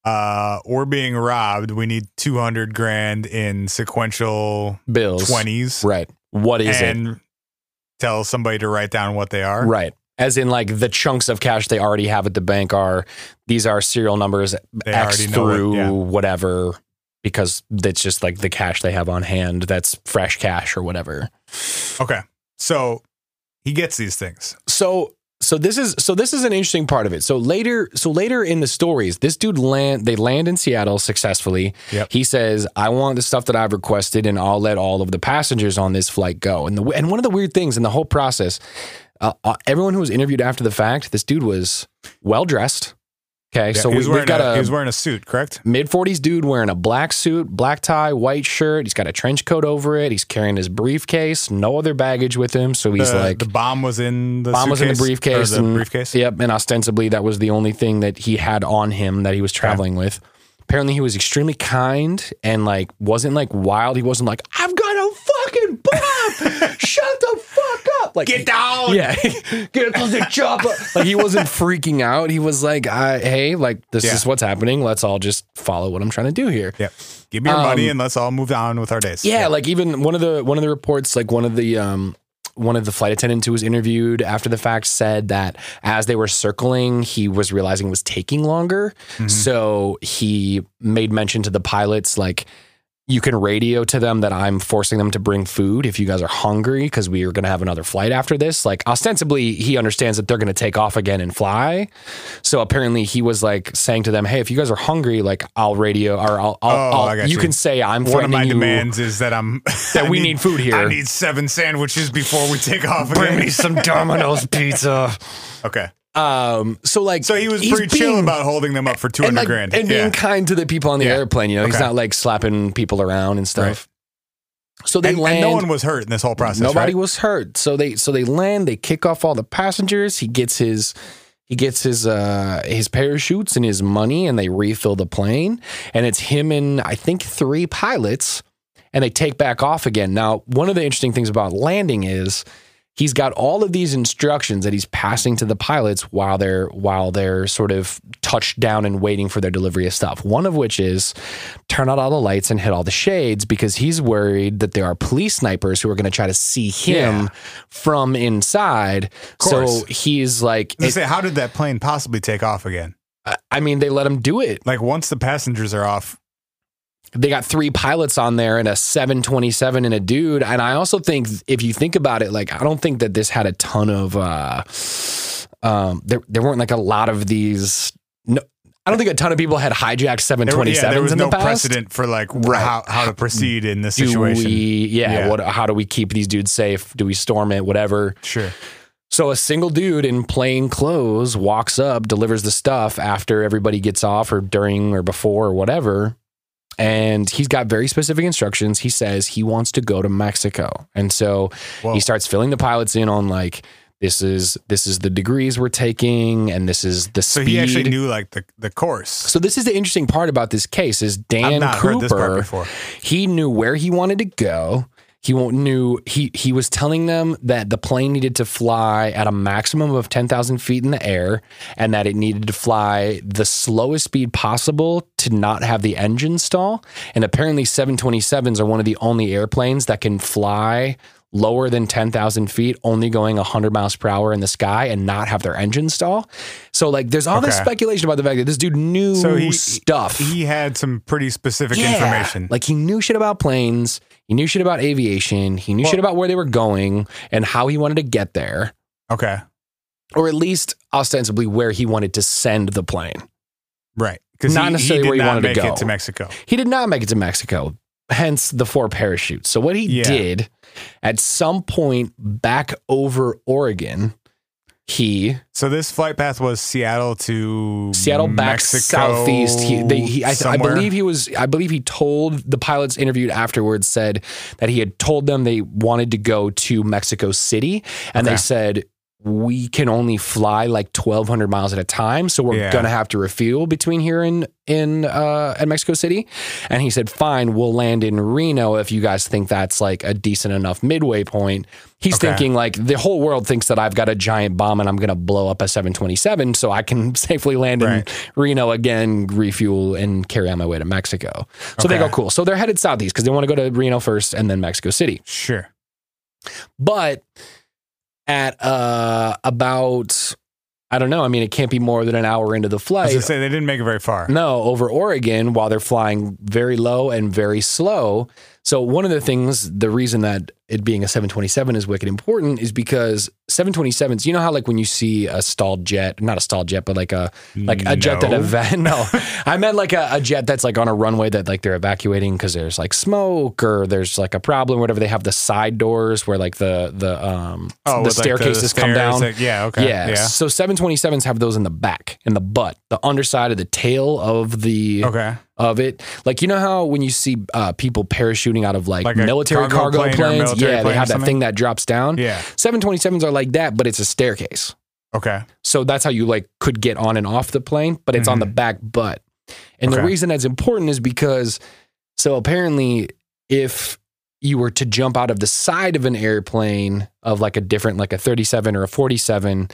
Speaker 3: uh, we're being robbed. We need 200 grand in sequential
Speaker 2: bills
Speaker 3: 20s
Speaker 2: right? What is it?
Speaker 3: and tell somebody to write down what they are."
Speaker 2: Right. As in, like the chunks of cash they already have at the bank are these are serial numbers
Speaker 3: They
Speaker 2: X
Speaker 3: already know it,
Speaker 2: through
Speaker 3: yeah.
Speaker 2: whatever, because that's just like the cash they have on hand. That's fresh cash or whatever.
Speaker 3: Okay. So he gets these things.
Speaker 2: so so this is so this is an interesting part of it. So later so later in the stories, this dude land they land in Seattle successfully.
Speaker 3: Yep.
Speaker 2: He says, "I want the stuff that I've requested, and I'll let all of the passengers on this flight go." And the and one of the weird things in the whole process, uh, uh, everyone who was interviewed after the fact, this dude was well dressed. Okay,
Speaker 3: Yeah,
Speaker 2: so
Speaker 3: he
Speaker 2: we,
Speaker 3: was
Speaker 2: we've
Speaker 3: wearing
Speaker 2: got
Speaker 3: a,
Speaker 2: a,
Speaker 3: he was wearing a suit, correct?
Speaker 2: mid 40s dude wearing a black suit, black tie, white shirt. He's got a trench coat over it. He's carrying his briefcase, no other baggage with him. So he's
Speaker 3: Uh, the,
Speaker 2: like,
Speaker 3: the bomb was in the
Speaker 2: bomb was in the
Speaker 3: suitcase,
Speaker 2: briefcase.
Speaker 3: Or the
Speaker 2: and,
Speaker 3: briefcase.
Speaker 2: Yep. And ostensibly, that was the only thing that he had on him that he was traveling with. Apparently, he was extremely kind and like wasn't like wild. He wasn't like, I've got a fucking
Speaker 3: [LAUGHS]
Speaker 2: bomb. Shut the fuck up. Like,
Speaker 3: Get down.
Speaker 2: yeah, get us a chopper. [LAUGHS] Like he wasn't freaking out. He was like, I, "Hey, like this
Speaker 3: Yeah.
Speaker 2: is what's happening. Let's all just follow what I'm trying to do here."
Speaker 3: Yep. Give me your money
Speaker 2: Um,
Speaker 3: and let's all move on with our days.
Speaker 2: Yeah, like even one of the one of the reports, like one of the um one of the flight attendants who was interviewed after the fact said that as they were circling, he was realizing it was taking longer.
Speaker 3: Mm-hmm.
Speaker 2: So he made mention to the pilots like you can radio to them that I'm forcing them to bring food if you guys are hungry because we are going to have another flight after this. Like, ostensibly, he understands that they're going to take off again and fly. So apparently, he was like saying to them, "Hey, if you guys are hungry, like I'll radio or I'll, I'll,
Speaker 3: Oh,
Speaker 2: I'll-
Speaker 3: I got
Speaker 2: you,
Speaker 3: you.
Speaker 2: can say I'm
Speaker 3: One of
Speaker 2: threatening
Speaker 3: my
Speaker 2: you.
Speaker 3: demands is that I'm
Speaker 2: [LAUGHS] That
Speaker 3: [LAUGHS] I
Speaker 2: we need food here.
Speaker 3: I need seven sandwiches before we take off.
Speaker 2: Bring
Speaker 3: again.
Speaker 2: me some Domino's pizza."
Speaker 3: [LAUGHS] Okay.
Speaker 2: Um. So like,
Speaker 3: So he was
Speaker 2: he's
Speaker 3: pretty chill
Speaker 2: being-
Speaker 3: about holding them up for two
Speaker 2: and,
Speaker 3: hundred
Speaker 2: like,
Speaker 3: grand.
Speaker 2: and
Speaker 3: yeah.
Speaker 2: being kind to the people on the
Speaker 3: Yeah.
Speaker 2: airplane. You know, he's
Speaker 3: Okay.
Speaker 2: not like slapping people around and stuff. So they
Speaker 3: and,
Speaker 2: land.
Speaker 3: and no one was hurt in this whole process.
Speaker 2: Nobody
Speaker 3: right?
Speaker 2: was hurt. So they so they land, they kick off all the passengers, he gets his he gets his uh his parachutes and his money and they refill the plane and it's him and I think three pilots and they take back off again. Now, one of the interesting things about landing is he's got all of these instructions that he's passing to the pilots while they're while they're sort of touched down and waiting for their delivery of stuff. One of which is turn out all the lights and hit all the shades because he's worried that there are police snipers who are going to try to see him
Speaker 3: Yeah.
Speaker 2: from inside. So
Speaker 3: course.
Speaker 2: he's like,
Speaker 3: They say, how did that plane possibly take off again?
Speaker 2: I- I mean, they let him do it.
Speaker 3: Like once the passengers are off,
Speaker 2: They got three pilots on there and a 727 and a dude. And I also think if you think about it, like I don't think that this had a ton of uh um there there weren't like a lot of these no I don't think a ton of people had hijacked 727s
Speaker 3: there, were- yeah, there was
Speaker 2: in
Speaker 3: no
Speaker 2: the past.
Speaker 3: precedent for like wh-
Speaker 2: Right.
Speaker 3: how, how to proceed in this
Speaker 2: Do we
Speaker 3: situation.
Speaker 2: yeah,
Speaker 3: Yeah.
Speaker 2: what how do we keep these dudes safe? Do we storm it? Whatever.
Speaker 3: Sure.
Speaker 2: So a single dude in plain clothes walks up, delivers the stuff after everybody gets off or during or before or whatever. And he's got very specific instructions. He says he wants to go to Mexico. And so
Speaker 3: Whoa.
Speaker 2: he starts filling the pilots in on like this is this is the degrees we're taking and this is the
Speaker 3: So
Speaker 2: speed.
Speaker 3: he actually knew like the, the course.
Speaker 2: So this is the interesting part about this case is Dan
Speaker 3: I've not
Speaker 2: Cooper
Speaker 3: heard this part before.
Speaker 2: he knew where he wanted to go. He wa- knew he he was telling them that the plane needed to fly at a maximum of ten thousand feet in the air, and that it needed to fly the slowest speed possible to not have the engine stall. And apparently, seven twenty sevens are one of the only airplanes that can fly lower than 10,000 feet, only going 100 miles per hour in the sky and not have their engine stall. So like there's all this
Speaker 3: Okay.
Speaker 2: speculation about the fact that this dude knew
Speaker 3: So he
Speaker 2: stuff.
Speaker 3: He had some pretty specific information.
Speaker 2: Like he knew shit about planes, he knew shit about aviation, he knew
Speaker 3: Well-
Speaker 2: shit about where they were going and how he wanted to get there,
Speaker 3: okay.
Speaker 2: or at least ostensibly where he wanted to send the plane.
Speaker 3: Right. Because
Speaker 2: Not
Speaker 3: he,
Speaker 2: necessarily
Speaker 3: he did
Speaker 2: where you
Speaker 3: not
Speaker 2: wanted to
Speaker 3: make
Speaker 2: go.
Speaker 3: it to Mexico.
Speaker 2: He did not make it to Mexico, hence the four parachutes. So what he
Speaker 3: Yeah.
Speaker 2: did at some point back over Oregon, he
Speaker 3: So this flight path was Seattle to
Speaker 2: Seattle back
Speaker 3: Mexico,
Speaker 2: southeast. He, they, he, I, I
Speaker 3: somewhere?
Speaker 2: believe he was. I believe he told the pilots interviewed afterwards said that he had told them they wanted to go to Mexico City, and they
Speaker 3: Okay.
Speaker 2: said we can only fly like twelve hundred miles at a time, so we're
Speaker 3: Yeah.
Speaker 2: gonna have to refuel between here and in uh, at Mexico City. And he said, "Fine, we'll land in Reno if you guys think that's like a decent enough midway point." He's
Speaker 3: Okay.
Speaker 2: thinking like the whole world thinks that I've got a giant bomb and I'm going to blow up a 727 so I can [LAUGHS] safely land
Speaker 3: Right.
Speaker 2: in Reno again, refuel and carry on my way to Mexico. So they
Speaker 3: Okay.
Speaker 2: go cool. So they're headed southeast because they want to go to Reno first and then Mexico City.
Speaker 3: Sure.
Speaker 2: But at uh about I don't know, I mean it can't be more than an hour into the
Speaker 3: I was
Speaker 2: flight.
Speaker 3: gonna say they didn't make it very far.
Speaker 2: No, over Oregon while they're flying very low and very slow. So one of the things, the reason that it being a 727 is wicked important is because 727s, you know how like when you see a stalled jet, not a stalled jet, but like a like a jet that
Speaker 3: No.
Speaker 2: eva- [LAUGHS] no, I meant like a, a jet that's like on a runway that like they're evacuating because there's like smoke or there's like a problem, whatever. They have the side doors where like the the um the
Speaker 3: Oh, with, like,
Speaker 2: staircases come
Speaker 3: stairs
Speaker 2: down.
Speaker 3: that- yeah, okay.
Speaker 2: Yeah.
Speaker 3: Yeah.
Speaker 2: So 727s have those in the back, in the butt, the underside of the tail of the
Speaker 3: Okay.
Speaker 2: of it. Like you know how when you see uh, people parachuting out of like,
Speaker 3: Like a
Speaker 2: military cargo,
Speaker 3: cargo plane or
Speaker 2: planes,
Speaker 3: military
Speaker 2: yeah,
Speaker 3: plane
Speaker 2: they
Speaker 3: or
Speaker 2: have that
Speaker 3: something?
Speaker 2: thing that drops down.
Speaker 3: Yeah.
Speaker 2: 727s are like that, but it's a staircase.
Speaker 3: Okay.
Speaker 2: So that's how you like could get on and off the plane, but it's on the back butt. And the
Speaker 3: Mm-hmm. Okay.
Speaker 2: reason that's important is because so apparently if you were to jump out of the side of an airplane of like a different like a 37 or a 47,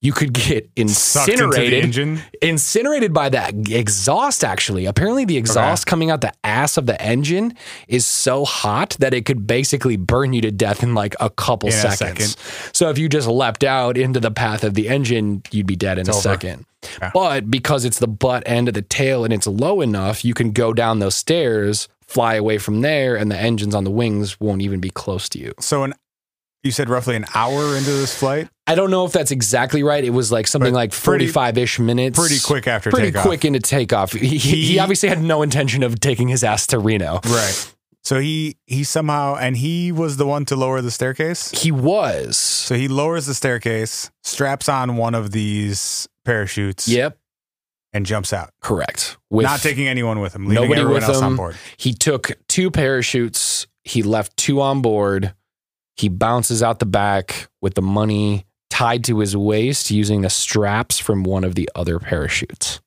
Speaker 2: you could get
Speaker 3: Sucked into the
Speaker 2: incinerated
Speaker 3: engine.
Speaker 2: incinerated by that exhaust actually apparently the exhaust coming out the ass of the engine is so hot that it could basically burn you to death in like a couple
Speaker 3: In a
Speaker 2: seconds so if you just leapt out into the path of the engine you'd be dead in a
Speaker 3: over.
Speaker 2: second
Speaker 3: Yeah.
Speaker 2: but because it's the butt end of the tail and it's low enough you can go down those stairs fly away from there and the engines on the wings won't even be close to you
Speaker 3: So an you said roughly an hour into this flight.
Speaker 2: i don't know if that's exactly right it was like something
Speaker 3: But
Speaker 2: like
Speaker 3: pretty-
Speaker 2: 45-ish minutes
Speaker 3: Pretty quick after
Speaker 2: pretty
Speaker 3: takeoff.
Speaker 2: quick into takeoff. He, he, he
Speaker 3: He-
Speaker 2: obviously had no intention of taking his ass to Reno.
Speaker 3: Right. So he he somehow and he was the one to lower the staircase.
Speaker 2: He was.
Speaker 3: So he lowers the staircase, straps on one of these parachutes,
Speaker 2: Yep.
Speaker 3: and jumps out.
Speaker 2: Correct. With,
Speaker 3: Not taking anyone with him, leaving
Speaker 2: Nobody
Speaker 3: everyone
Speaker 2: with
Speaker 3: else
Speaker 2: him.
Speaker 3: on board.
Speaker 2: He took two parachutes. He left two on board. He bounces out the back with the money tied to his waist using the straps from one of the other parachutes.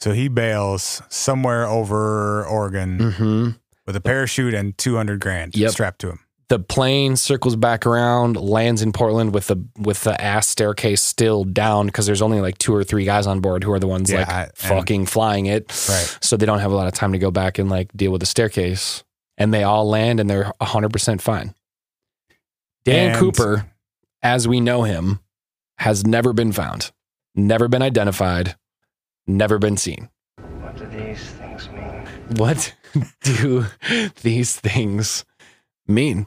Speaker 3: So he bails somewhere over Oregon
Speaker 2: Mm-hmm.
Speaker 3: with a parachute and two hundred grand
Speaker 2: Yep.
Speaker 3: strapped to him.
Speaker 2: The plane circles back around, lands in Portland with the with the ass staircase still down because there's only like two or three guys on board who are the ones
Speaker 3: Yeah,
Speaker 2: like
Speaker 3: I- and-
Speaker 2: fucking flying it.
Speaker 3: Right.
Speaker 2: so they don't have a lot of time to go back and like deal with the staircase and they all land and they're 100% fine dan
Speaker 3: And-
Speaker 2: cooper as we know him has never been found never been identified never been seen
Speaker 7: What do these things mean?
Speaker 2: what [LAUGHS] do these things mean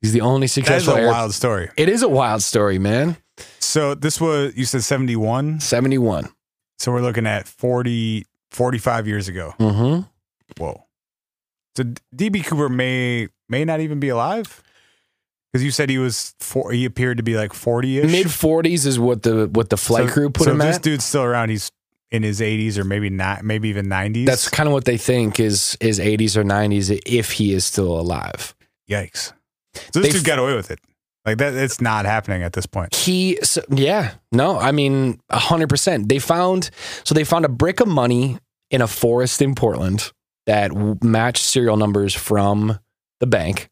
Speaker 2: he's the only
Speaker 3: That is a
Speaker 2: successful air-
Speaker 3: wild story.
Speaker 2: it is a wild story man
Speaker 3: So this was you said seventy one.
Speaker 2: 71
Speaker 3: So we're looking at 40, 45 years ago.
Speaker 2: mm-hmm.
Speaker 3: Whoa. So DB Cooper may may not even be alive because you said he was four. He appeared to be like forty ish.
Speaker 2: mid 40s is what the what the flight crew put
Speaker 3: so
Speaker 2: him
Speaker 3: if This
Speaker 2: at
Speaker 3: dude's still around. He's in his eighties or maybe not, maybe even nineties.
Speaker 2: that's kind of what they think is is 80s or 90s if he is still alive
Speaker 3: yikes. So
Speaker 2: They
Speaker 3: this dude
Speaker 2: f-
Speaker 3: got away with it. Like that, it's not happening at this point.
Speaker 2: he so, yeah no i mean 100% they found so they found a brick of money in a forest in portland that w- matched serial numbers from the bank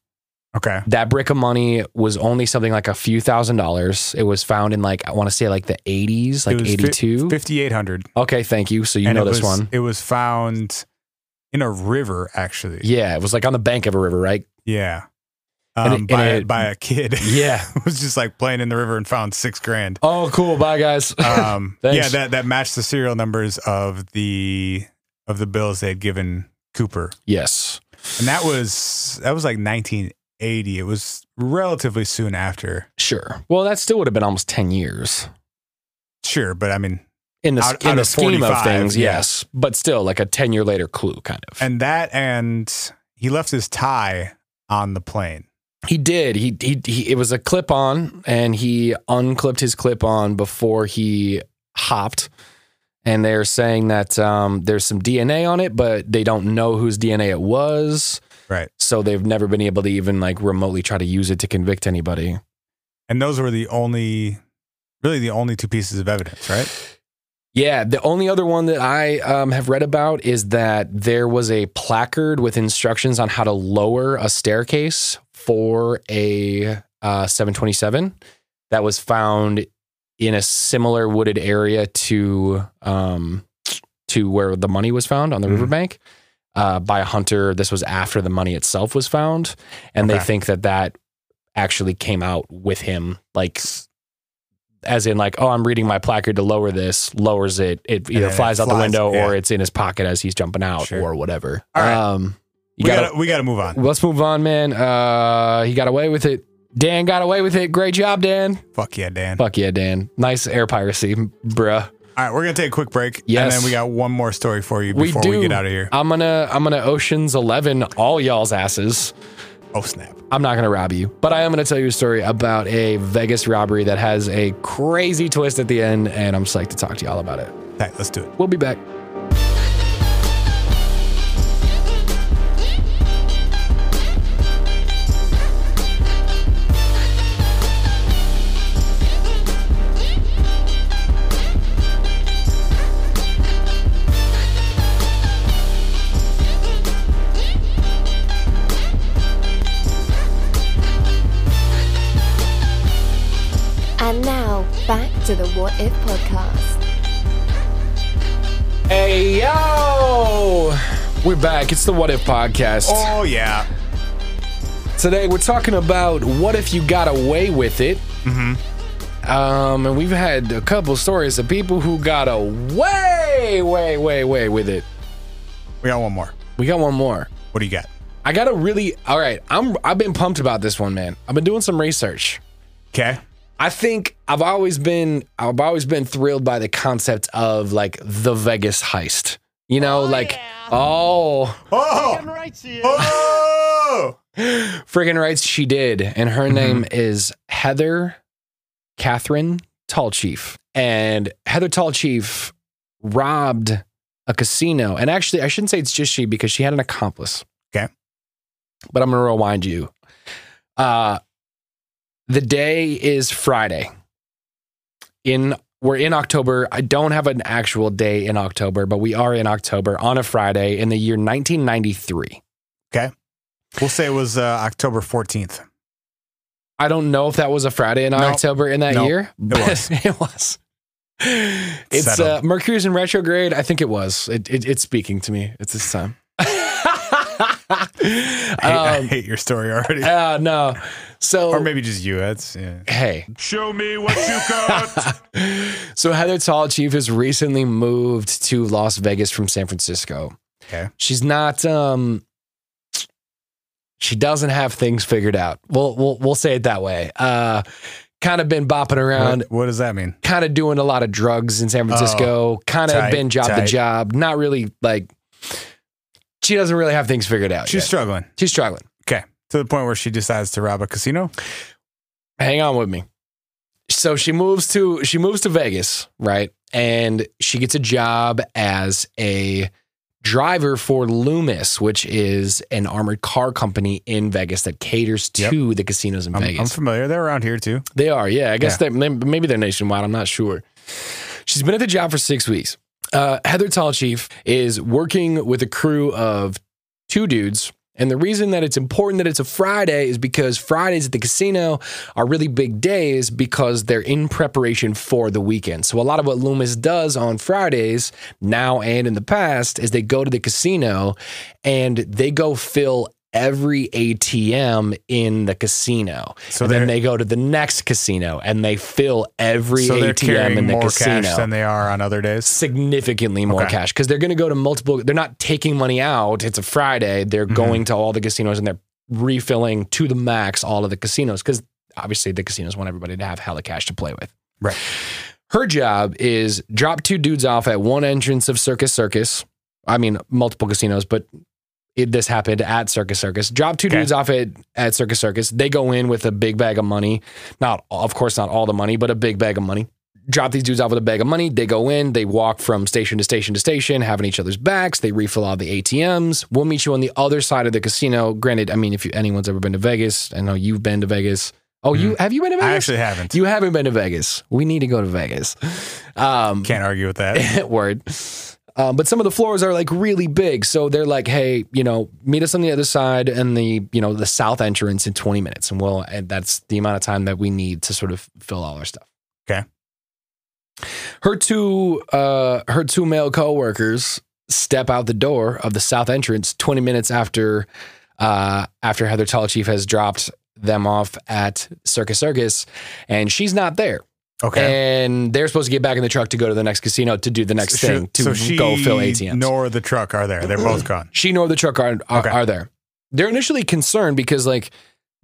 Speaker 3: Okay,
Speaker 2: that brick of money was only something like a few thousand dollars it was found in like i want to say like the 80s like 82
Speaker 3: fifty eight hundred.
Speaker 2: okay thank you so you know this one
Speaker 3: It was found in a river, actually.
Speaker 2: yeah it was like on the bank of a river right
Speaker 3: Yeah.
Speaker 2: And
Speaker 3: Um,
Speaker 2: it- and
Speaker 3: by,
Speaker 2: it-
Speaker 3: by a kid. [LAUGHS]
Speaker 2: Yeah.
Speaker 3: was just like playing in the river and found six grand.
Speaker 2: [LAUGHS] oh cool bye guys
Speaker 3: Um, yeah,
Speaker 2: Thanks.
Speaker 3: that, that matched the serial numbers of the of the bills they had given Cooper.
Speaker 2: yes
Speaker 3: And that was that was like 1980. It was relatively soon after.
Speaker 2: sure well that still would have been almost 10 years
Speaker 3: Sure, but I mean
Speaker 2: in the,
Speaker 3: Out-
Speaker 2: in
Speaker 3: out
Speaker 2: the
Speaker 3: of
Speaker 2: scheme of
Speaker 3: 45,
Speaker 2: things,
Speaker 3: yeah.
Speaker 2: yes, but still like a 10 year later clue kind of.
Speaker 3: and that and he left his tie on the plane.
Speaker 2: he did. He, he, he it was a clip on and he unclipped his clip on before he hopped. And they're saying that um, there's some DNA on it, but they don't know whose DNA it was.
Speaker 3: Right.
Speaker 2: So they've never been able to even like remotely try to use it to convict anybody.
Speaker 3: And those were the only really the only two pieces of evidence, right?
Speaker 2: Yeah, the only other one that I um, have read about is that there was a placard with instructions on how to lower a staircase for a uh, 727 that was found in a similar wooded area to um, to where the money was found on the
Speaker 3: Mhm.
Speaker 2: riverbank uh, by a hunter. This was after the money itself was found, and they
Speaker 3: Okay.
Speaker 2: think that that actually came out with him, like as in like, oh, I'm reading my placard to lower this, lowers it, it either
Speaker 3: then it
Speaker 2: flies out the
Speaker 3: flies,
Speaker 2: window
Speaker 3: yeah.
Speaker 2: or it's in his pocket as he's jumping out
Speaker 3: Sure.
Speaker 2: or whatever.
Speaker 3: All right.
Speaker 2: Um, You
Speaker 3: we
Speaker 2: gotta-
Speaker 3: gotta, we gotta move on.
Speaker 2: Let's move on, man. Uh, he got away with it. Dan got away with it. Great job, Dan.
Speaker 3: Fuck yeah, Dan.
Speaker 2: Fuck yeah, Dan. Nice air piracy, bruh.
Speaker 3: All right, we're gonna take a quick break. And
Speaker 2: Yes. Uh,
Speaker 3: then we got one more story for you before we, get out of here.
Speaker 2: I'm gonna I'm gonna Ocean's Eleven all y'all's asses.
Speaker 3: Oh snap.
Speaker 2: I'm not gonna rob you, but I am gonna tell you a story about a Vegas robbery that has a crazy twist at the end, and I'm psyched to talk to y'all about it.
Speaker 3: All right, let's do it.
Speaker 2: We'll be back.
Speaker 1: And now, back to the What If podcast.
Speaker 2: Hey yo, we're back. It's the What If podcast.
Speaker 3: Oh yeah.
Speaker 2: Today we're talking about what if you got away with it. Um, and we've had a couple stories of people who got away, way, way, way with it.
Speaker 3: We got one more.
Speaker 2: We got one more.
Speaker 3: What do you got?
Speaker 2: I got to really. All right, I'm. I've been pumped about this one, man. I've been doing some research.
Speaker 3: Okay.
Speaker 2: I think I've always been. I've always been thrilled by the concept of like the Vegas heist. You know, like oh,
Speaker 3: Oh. Oh.
Speaker 2: friggin' rights she did, and her name is Heather Catherine Tallchief. And Heather Tallchief robbed a casino. And actually, I shouldn't say it's just she because she had an accomplice.
Speaker 3: Okay.
Speaker 2: But I'm gonna rewind you. Uh the day is Friday. In we're in October. I don't have an actual day in October, but we are in October on a Friday in the year 1993.
Speaker 3: We'll say it was uh, October 14th.
Speaker 2: I don't know if that was a Friday in
Speaker 3: Nope.
Speaker 2: October in that
Speaker 3: Nope.
Speaker 2: year.
Speaker 3: It was.
Speaker 2: [LAUGHS] it was. It's uh,
Speaker 3: Settled.
Speaker 2: Mercury's in retrograde. I think it was. It, it, it's speaking to me. It's this
Speaker 3: [LAUGHS]
Speaker 2: time. [LAUGHS]
Speaker 3: I hate, I
Speaker 2: um,
Speaker 3: hate your story
Speaker 2: [LAUGHS]
Speaker 3: already.
Speaker 2: uh, no. So
Speaker 3: or maybe just you. That's yeah.
Speaker 2: hey,
Speaker 8: Show me what you got.
Speaker 2: so Heather Tall Chief has recently moved to Las Vegas from San Francisco.
Speaker 3: Okay.
Speaker 2: She's not um she doesn't have things figured out. We'll we'll we'll say it that way. Uh kind of been bopping around,
Speaker 3: [LAUGHS] What, what does that mean?
Speaker 2: kind of doing a lot of drugs in San Francisco, kind of
Speaker 3: Oh, tight,
Speaker 2: been job to
Speaker 3: tight.
Speaker 2: job, not really like she doesn't really have things figured out.
Speaker 3: She's
Speaker 2: yet.
Speaker 3: struggling.
Speaker 2: She's struggling.
Speaker 3: Okay. To the point where she decides to rob a casino.
Speaker 2: hang on with me. So she moves to she moves to Vegas, right? And she gets a job as a driver for Loomis, which is an armored car company in Vegas that caters
Speaker 3: Yep.
Speaker 2: to the casinos in
Speaker 3: I'm, I'm
Speaker 2: Vegas.
Speaker 3: familiar. They're around here too.
Speaker 2: They are, yeah. I guess they're
Speaker 3: Yeah.
Speaker 2: may- maybe they're nationwide. I'm not sure. She's been at the job for six weeks. Uh, Heather Tallchief is working with a crew of two dudes. And the reason that it's important that it's a Friday is because Fridays at the casino are really big days because they're in preparation for the weekend. So, a lot of what Loomis does on Fridays, now and in the past, is they go to the casino and they go fill every ATM in the casino.
Speaker 3: So
Speaker 2: So then
Speaker 3: they're-
Speaker 2: they go to the next casino and they fill every
Speaker 3: so they're
Speaker 2: ATM
Speaker 3: carrying
Speaker 2: in the
Speaker 3: more
Speaker 2: casino.
Speaker 3: cash than they are on other days.
Speaker 2: significantly more
Speaker 3: Okay.
Speaker 2: cash because they're going to go to multiple they're not taking money out it's a friday they're
Speaker 3: Mm-hmm.
Speaker 2: going to all the casinos and they're refilling to the max all of the casinos because obviously the casinos want everybody to have hella cash to play with
Speaker 3: Right.
Speaker 2: her job is drop two dudes off at one entrance of circus circus i mean multiple casinos but it, this happened at Circus Circus. Drop two
Speaker 3: Okay.
Speaker 2: dudes off at, at Circus Circus. They go in with a big bag of money. Not, of course, not all the money, but a big bag of money. Drop these dudes off with a bag of money. They go in. They walk from station to station to station, having each other's backs. They refill all the ATMs. We'll meet you on the other side of the casino. Granted, I mean, if you, anyone's ever been to Vegas, I know you've been to Vegas. Oh, you have you been to Vegas?
Speaker 3: Mm. I
Speaker 2: [LAUGHS]
Speaker 3: actually haven't.
Speaker 2: You haven't been to Vegas. We need to go to Vegas. Um,
Speaker 3: Can't argue
Speaker 2: [LAUGHS]
Speaker 3: with that.
Speaker 2: word. Um, but some of the floors are like really big, so they're like, "Hey, you know, meet us on the other side and the you know the south entrance in 20 minutes," and we'll and that's the amount of time that we need to sort of fill all our stuff.
Speaker 3: Okay.
Speaker 2: Her two uh, her two male coworkers step out the door of the south entrance 20 minutes after uh, after Heather Tall Chief has dropped them off at Circus Circus, and she's not there.
Speaker 3: Okay.
Speaker 2: and they're supposed to get back in the truck to go to the next casino to do the next
Speaker 3: She-
Speaker 2: thing to
Speaker 3: so she
Speaker 2: go fill ATMs.
Speaker 3: nor the truck are there.
Speaker 2: [CLEARS THROAT]
Speaker 3: They're both gone.
Speaker 2: she nor the truck are are,
Speaker 3: Okay.
Speaker 2: are there. They're initially concerned because like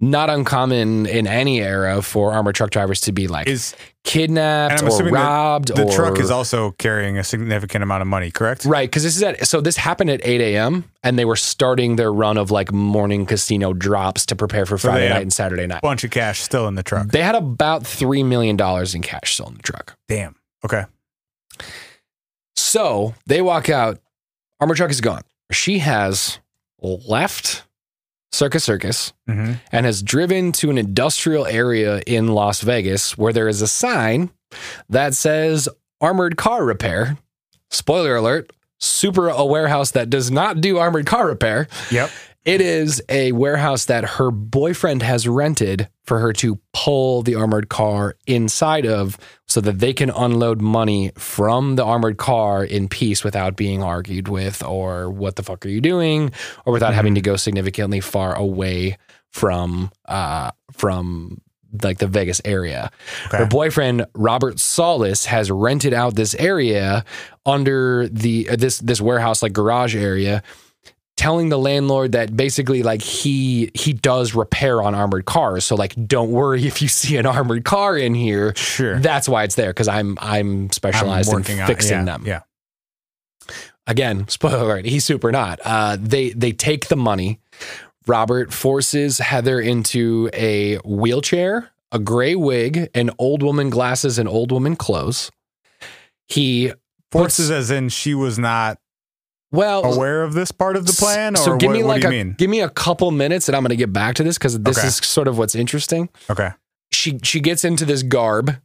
Speaker 2: not uncommon in any era for armored truck drivers to be like
Speaker 3: Is and
Speaker 2: kidnapped
Speaker 3: I'm
Speaker 2: or
Speaker 3: assuming that
Speaker 2: robbed.
Speaker 3: the
Speaker 2: or,
Speaker 3: truck is also carrying a significant amount of money, correct?
Speaker 2: right because this is at so this happened at eight a.m. and they were starting their run of like morning casino drops to prepare for
Speaker 3: So they
Speaker 2: Friday
Speaker 3: had
Speaker 2: night and Saturday night.
Speaker 3: Bunch of cash still in the truck.
Speaker 2: They had about three million dollars in cash still in the truck.
Speaker 3: Damn. Okay.
Speaker 2: So they walk out. Armor truck is gone. She has left Circus Circus
Speaker 3: hmm
Speaker 2: and has driven to an industrial area in Las Vegas where there is a sign that says armored car repair. Spoiler alert, super a warehouse that does not do armored car repair.
Speaker 3: Yep.
Speaker 2: It is a warehouse that her boyfriend has rented for her to pull the armored car inside of so that they can unload money from the armored car in peace without being argued with or what the fuck are you doing or without having to go significantly far away from uh from like the Vegas area. Her
Speaker 3: Okay.
Speaker 2: boyfriend Robert Solis has rented out this area under the uh, this this warehouse like garage area telling the landlord that basically like he he does repair on armored cars so like don't worry [LAUGHS] if you see an armored car in here
Speaker 3: Sure.
Speaker 2: that's why it's there because i'm i'm specialized
Speaker 3: I'm
Speaker 2: in
Speaker 3: working on-
Speaker 2: fixing
Speaker 3: yeah,
Speaker 2: them
Speaker 3: Yeah.
Speaker 2: again, [LAUGHS] spoiler alert, he's super not. Uh, they they take the money. Robert forces Heather into a wheelchair, a gray wig, an old woman glasses, and old woman clothes. He
Speaker 3: Forces as in she was not
Speaker 2: well
Speaker 3: aware of this part of the plan, or
Speaker 2: Oh, So give
Speaker 3: what,
Speaker 2: me
Speaker 3: what
Speaker 2: like
Speaker 3: do you
Speaker 2: a,
Speaker 3: mean?
Speaker 2: give me a couple minutes, and I'm going to get back to this because this
Speaker 3: Okay.
Speaker 2: is sort of what's interesting.
Speaker 3: Okay.
Speaker 2: she she gets into this garb.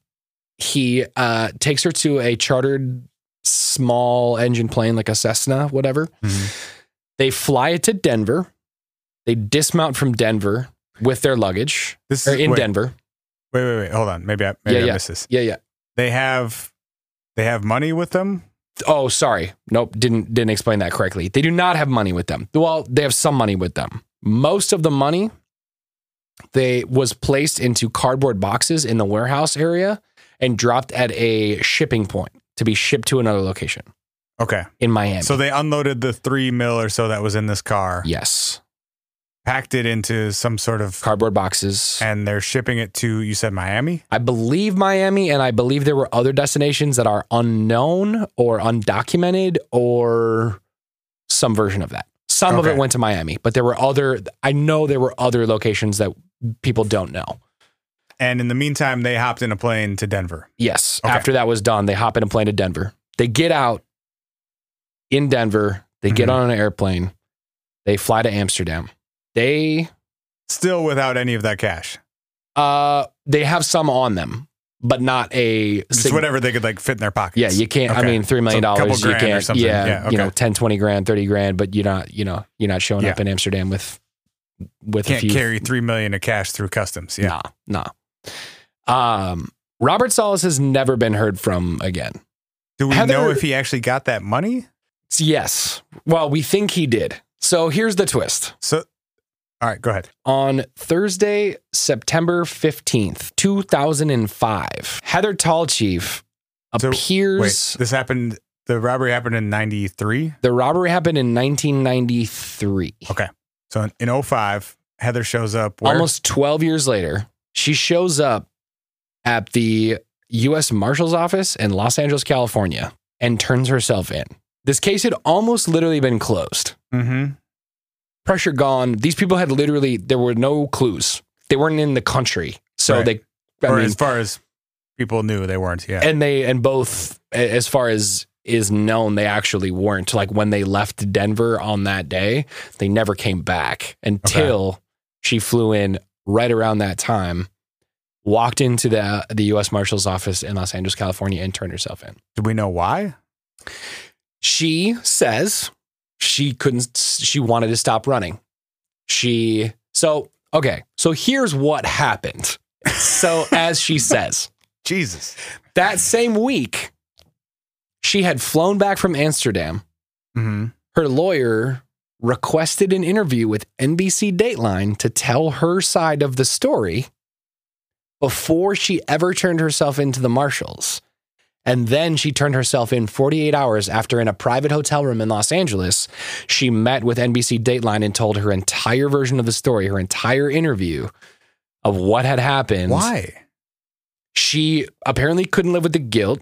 Speaker 2: He uh, takes her to a chartered small engine plane, like a Cessna, whatever.
Speaker 3: Mhm.
Speaker 2: They fly it to Denver. They dismount from Denver with their luggage
Speaker 3: This
Speaker 2: or
Speaker 3: is
Speaker 2: in
Speaker 3: wait,
Speaker 2: Denver.
Speaker 3: Wait, wait, wait. Hold on. Maybe I maybe
Speaker 2: Yeah,
Speaker 3: I
Speaker 2: yeah.
Speaker 3: missed this.
Speaker 2: Yeah, yeah.
Speaker 3: They have they have money with them.
Speaker 2: Oh, sorry. Nope, didn't didn't explain that correctly. They do not have money with them. Well, they have some money with them. Most of the money they was placed into cardboard boxes in the warehouse area and dropped at a shipping point to be shipped to another location
Speaker 3: Okay.
Speaker 2: in Miami.
Speaker 3: So they unloaded the three mil or so that was in this car,
Speaker 2: Yes.
Speaker 3: packed it into some sort of,
Speaker 2: Cardboard boxes.
Speaker 3: and they're shipping it to you said Miami.
Speaker 2: I believe Miami, and I believe there were other destinations that are unknown or undocumented or some version of that. Some of it
Speaker 3: Okay.
Speaker 2: went to Miami, but there were other, I know there were other locations that people don't know.
Speaker 3: And in the meantime, they hopped in a plane to Denver.
Speaker 2: Yes.
Speaker 3: Okay.
Speaker 2: After that was done, they hop in a plane to Denver. They get out in Denver, they get
Speaker 3: Mhm.
Speaker 2: on an airplane, they fly to Amsterdam. They
Speaker 3: Still without any of that cash.
Speaker 2: Uh, they have some on them, but not a
Speaker 3: Just
Speaker 2: sig-
Speaker 3: whatever they could like fit in their pockets.
Speaker 2: Yeah, you can't. I
Speaker 3: Okay.
Speaker 2: mean, three million
Speaker 3: So a couple
Speaker 2: dollars, you
Speaker 3: grand or
Speaker 2: can't.
Speaker 3: something.
Speaker 2: Yeah,
Speaker 3: Yeah,
Speaker 2: you know,
Speaker 3: okay.
Speaker 2: 10, 20 grand, thirty grand, but you're not. You know, you're not showing up
Speaker 3: Yeah.
Speaker 2: in Amsterdam with with a
Speaker 3: can't
Speaker 2: few.
Speaker 3: carry three million of cash through customs. Yeah.
Speaker 2: Nah, nah. Um, Robert Solis has never been heard from again.
Speaker 3: Do we
Speaker 2: Heather-
Speaker 3: know if he actually got that money?
Speaker 2: So yes, well, we think he did. So here's the twist.
Speaker 3: So, all right, go ahead.
Speaker 2: on Thursday, September 15th, 2005. Heather Tallchief
Speaker 3: So,
Speaker 2: appears.
Speaker 3: Wait, this happened. The robbery happened in '93.
Speaker 2: the robbery happened in 1993.
Speaker 3: So in, in 05, Heather shows up. Where?
Speaker 2: Almost 12 years later, she shows up at the U.S. Marshal's office in Los Angeles, California, and turns herself in. This case had almost literally been closed.
Speaker 3: Mm-hmm.
Speaker 2: pressure gone. These people had literally there were no clues. They weren't in the country, so
Speaker 3: Right.
Speaker 2: they. I
Speaker 3: or
Speaker 2: mean,
Speaker 3: as far as people knew, they weren't. Yeah.
Speaker 2: and they and both a- as far as is known, they actually weren't. Like when they left Denver on that day, they never came back until she flew in right around that time. Walked into the the U.S. Marshal's office in Los Angeles, California, and turned herself in.
Speaker 3: Do we know why?
Speaker 2: She says she couldn't, she wanted to stop running. She, so, okay. So here's what happened. So, as she says,
Speaker 3: Jesus.
Speaker 2: that same week, she had flown back from Amsterdam.
Speaker 3: Mm-hmm.
Speaker 2: Her lawyer requested an interview with NBC Dateline to tell her side of the story. before she ever turned herself into the marshals. And then she turned herself in 48 hours after, in a private hotel room in Los Angeles, she met with NBC Dateline and told her entire version of the story, her entire interview of what had happened.
Speaker 3: Why?
Speaker 2: She apparently couldn't live with the guilt.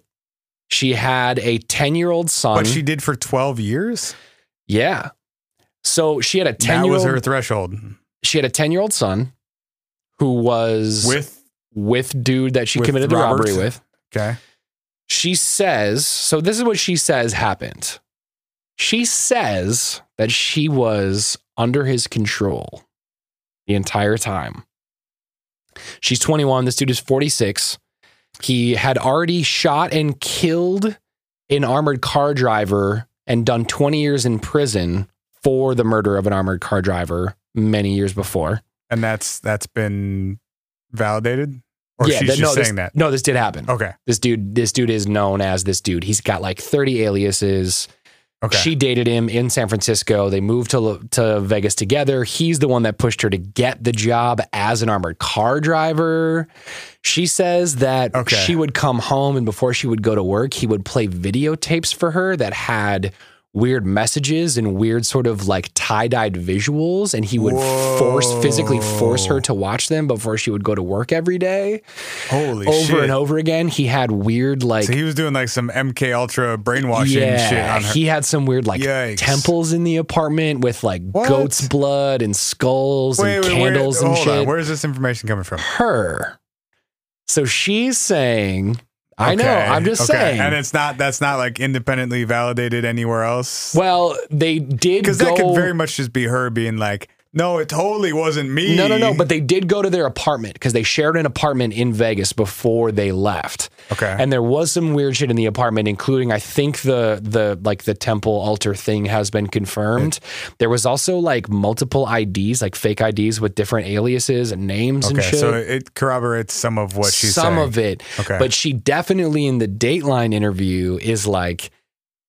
Speaker 2: She had a 10 year old son.
Speaker 3: What she did for 12 years?
Speaker 2: yeah. So she had a 10
Speaker 3: That
Speaker 2: year
Speaker 3: was
Speaker 2: old
Speaker 3: her threshold.
Speaker 2: she had a 10 year old son who was
Speaker 3: With,
Speaker 2: with dude that she
Speaker 3: with
Speaker 2: committed the
Speaker 3: Robert.
Speaker 2: robbery with.
Speaker 3: okay.
Speaker 2: She says, so this is what she says happened. She says that she was under his control the entire time. She's 21. This dude is 46. He had already shot and killed an armored car driver and done 20 years in prison for the murder of an armored car driver many years before.
Speaker 3: And that's that's been validated? Or she's
Speaker 2: that-
Speaker 3: just
Speaker 2: no,
Speaker 3: saying
Speaker 2: this,
Speaker 3: that?
Speaker 2: No, this did happen.
Speaker 3: Okay.
Speaker 2: This dude, this dude is known as this dude. He's got like 30 aliases.
Speaker 3: Okay.
Speaker 2: She dated him in San Francisco. They moved to Lo- to Vegas together. He's the one that pushed her to get the job as an armored car driver. She says that
Speaker 3: Okay.
Speaker 2: she would come home and before she would go to work, he would play videotapes for her that had weird messages and weird sort of like tie-dyed visuals and he would force physically force her
Speaker 3: Whoa.
Speaker 2: to watch them before she would go to work every day
Speaker 3: Holy
Speaker 2: over
Speaker 3: shit.
Speaker 2: and over again. He had weird like
Speaker 3: So he was doing like some MK Ultra brainwashing shit on her.
Speaker 2: He had some weird like
Speaker 3: Yikes.
Speaker 2: temples in the apartment with like
Speaker 3: What?
Speaker 2: goat's blood and skulls and candles
Speaker 3: where,
Speaker 2: and
Speaker 3: hold on.
Speaker 2: shit.
Speaker 3: Where is this information coming from?
Speaker 2: Her. So she's saying, I know,
Speaker 3: Okay,
Speaker 2: I'm just
Speaker 3: okay.
Speaker 2: saying.
Speaker 3: And it's not that's not like independently validated anywhere else.
Speaker 2: well, they did
Speaker 3: Because
Speaker 2: go.
Speaker 3: that could very much just be her being like, No, it totally wasn't me.
Speaker 2: no, no, no. But they did go to their apartment because they shared an apartment in Vegas before they left.
Speaker 3: Okay.
Speaker 2: And there was some weird shit in the apartment, including I think the the like the temple altar thing has been confirmed. There was also like multiple IDs, like fake IDs with different aliases and names and
Speaker 3: okay.
Speaker 2: shit.
Speaker 3: So it corroborates some of what she's
Speaker 2: some
Speaker 3: saying.
Speaker 2: of it.
Speaker 3: Okay.
Speaker 2: But she definitely in the Dateline interview is like,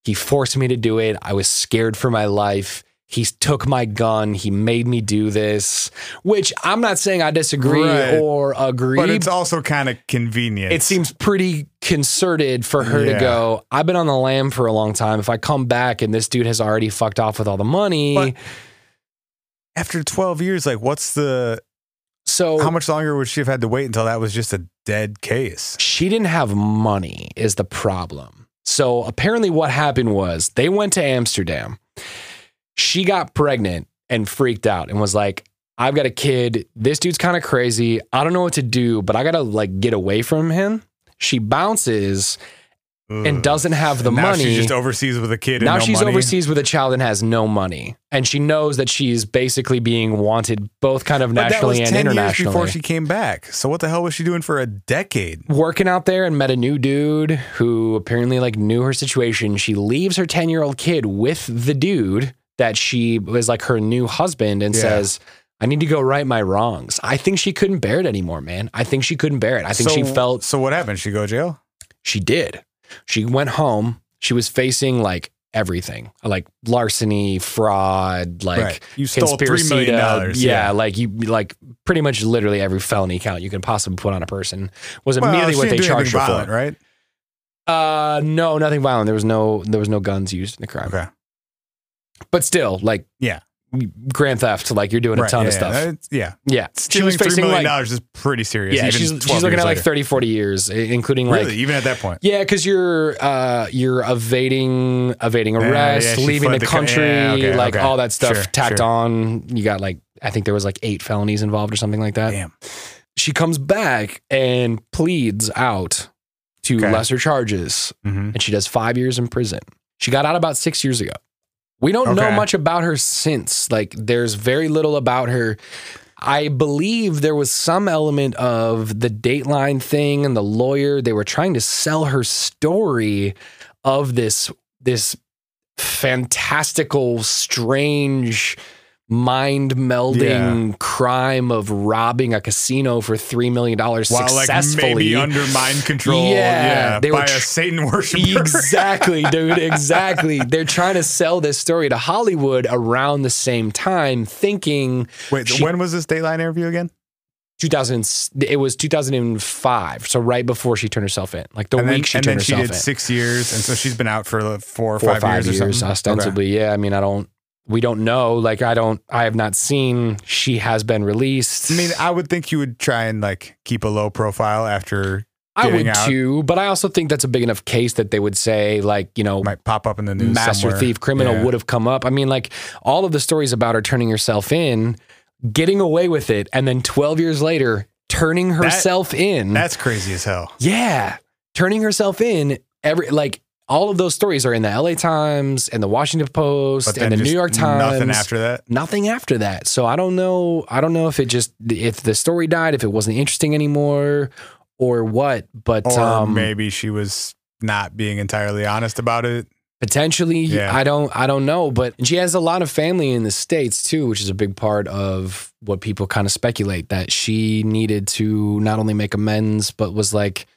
Speaker 2: he forced me to do it. I was scared for my life. He took my gun. He made me do this, which I'm not saying I disagree
Speaker 3: Right.
Speaker 2: or agree.
Speaker 3: But it's also kind of convenient.
Speaker 2: it seems pretty concerted for her to
Speaker 3: Yeah.
Speaker 2: go. I've been on the lam for a long time. If I come back and this dude has already fucked off with all the money,
Speaker 3: But- after 12 years, like, what's the
Speaker 2: so
Speaker 3: how much longer would she have had to wait until that was just a dead case?
Speaker 2: She didn't have money, is the problem. So apparently, what happened was they went to Amsterdam. She got pregnant and freaked out and was like, I've got a kid. This dude's kind of crazy. I don't know what to do, but I got to like get away from him. She bounces and
Speaker 3: Ugh.
Speaker 2: doesn't have the
Speaker 3: And now
Speaker 2: money.
Speaker 3: She's just overseas with a kid.
Speaker 2: now
Speaker 3: and no
Speaker 2: she's
Speaker 3: money.
Speaker 2: overseas with a child and has no money. And she knows that she's basically being wanted both kind of
Speaker 3: But that was
Speaker 2: nationally and
Speaker 3: 10 years
Speaker 2: internationally.
Speaker 3: before she came back. So what the hell was she doing for a decade?
Speaker 2: working out there and met a new dude who apparently like knew her situation. She leaves her 10 year old kid with the dude that she was like her new husband and
Speaker 3: Yeah.
Speaker 2: says, I need to go right my wrongs. I think she couldn't bear it anymore, man. I think she couldn't bear it. I think she felt
Speaker 3: So what happened? She go to jail?
Speaker 2: she did. She went home. She was facing like everything like larceny, fraud, like
Speaker 3: Right. You stole $3
Speaker 2: conspiracy
Speaker 3: million.
Speaker 2: to-
Speaker 3: dollars,
Speaker 2: yeah, like you like pretty much literally every felony count you can possibly put on a person was
Speaker 3: Well,
Speaker 2: immediately
Speaker 3: she
Speaker 2: what
Speaker 3: didn't
Speaker 2: they
Speaker 3: do anything
Speaker 2: charged her for.
Speaker 3: violent, right?
Speaker 2: Uh, no, nothing violent. There was no there was no guns used in the crime.
Speaker 3: Okay.
Speaker 2: But still, like
Speaker 3: Yeah.
Speaker 2: grand theft. Like you're doing
Speaker 3: right.
Speaker 2: a ton
Speaker 3: yeah,
Speaker 2: of stuff.
Speaker 3: Yeah. It's- yeah.
Speaker 2: yeah,
Speaker 3: Stealing
Speaker 2: she was
Speaker 3: $3
Speaker 2: facing
Speaker 3: million
Speaker 2: like
Speaker 3: dollars is pretty serious.
Speaker 2: yeah,
Speaker 3: even
Speaker 2: she's
Speaker 3: 12
Speaker 2: she's looking
Speaker 3: years
Speaker 2: at like
Speaker 3: later.
Speaker 2: 30, 40 years, i- including like
Speaker 3: Really? Even at that point?
Speaker 2: yeah, because you're uh you're evading evading
Speaker 3: yeah,
Speaker 2: arrest,
Speaker 3: she
Speaker 2: leaving the
Speaker 3: fled the co-
Speaker 2: country,
Speaker 3: yeah, okay,
Speaker 2: like
Speaker 3: okay.
Speaker 2: all that stuff
Speaker 3: Sure,
Speaker 2: tacked
Speaker 3: sure.
Speaker 2: on. You got like I think there was like eight felonies involved or something like that.
Speaker 3: Damn.
Speaker 2: She comes back and pleads out to
Speaker 3: Okay.
Speaker 2: lesser charges
Speaker 3: Mm-hmm.
Speaker 2: and she does five years in prison. She got out about six years ago. We don't know
Speaker 3: Okay.
Speaker 2: much about her since. Like, there's very little about her. I believe there was some element of the Dateline thing and the lawyer. They were trying to sell her story of this this fantastical, strange, mind melding crime of robbing a casino for three million dollars
Speaker 3: While like
Speaker 2: successfully.
Speaker 3: maybe under mind control.
Speaker 2: Yeah,
Speaker 3: Yeah.
Speaker 2: they were
Speaker 3: by
Speaker 2: tr-
Speaker 3: a Satan worshiper.
Speaker 2: Exactly, dude. Exactly. They're trying to sell this story to Hollywood around the same time, thinking
Speaker 3: [LAUGHS] Wait,
Speaker 2: She-
Speaker 3: when was this Dateline interview again?
Speaker 2: 2000 it was 2005 so right before she turned herself in like the
Speaker 3: and
Speaker 2: week
Speaker 3: then,
Speaker 2: she
Speaker 3: and
Speaker 2: turned
Speaker 3: then she
Speaker 2: herself
Speaker 3: did
Speaker 2: in
Speaker 3: six years, and so she's been out for like, four or
Speaker 2: four
Speaker 3: five, years, or something.
Speaker 2: ostensibly yeah i mean i don't we don't know like i don't i have not seen she has been released
Speaker 3: Okay. I mean, I would think you would try and like keep a low profile after
Speaker 2: i
Speaker 3: getting
Speaker 2: would
Speaker 3: out.
Speaker 2: too but i also think that's a big enough case that they would say like you know
Speaker 3: might pop up in the news.
Speaker 2: master
Speaker 3: somewhere.
Speaker 2: thief criminal
Speaker 3: Yeah.
Speaker 2: would have come up i mean like all of the stories about her turning herself in getting away with it and then 12 years later turning herself in
Speaker 3: That's crazy as hell.
Speaker 2: Yeah. Turning herself in every like all of those stories are in the LA Times and the Washington Post and the New
Speaker 3: just
Speaker 2: York Times.
Speaker 3: Nothing after that.
Speaker 2: Nothing after that. So I don't know I don't know if it just if the story died, if it wasn't interesting anymore or what, but
Speaker 3: Or
Speaker 2: um
Speaker 3: maybe she was not being entirely honest about it.
Speaker 2: potentially
Speaker 3: Yeah.
Speaker 2: I don't I don't know, but she has a lot of family in the states too, which is a big part of what people kind of speculate that she needed to not only make amends but was like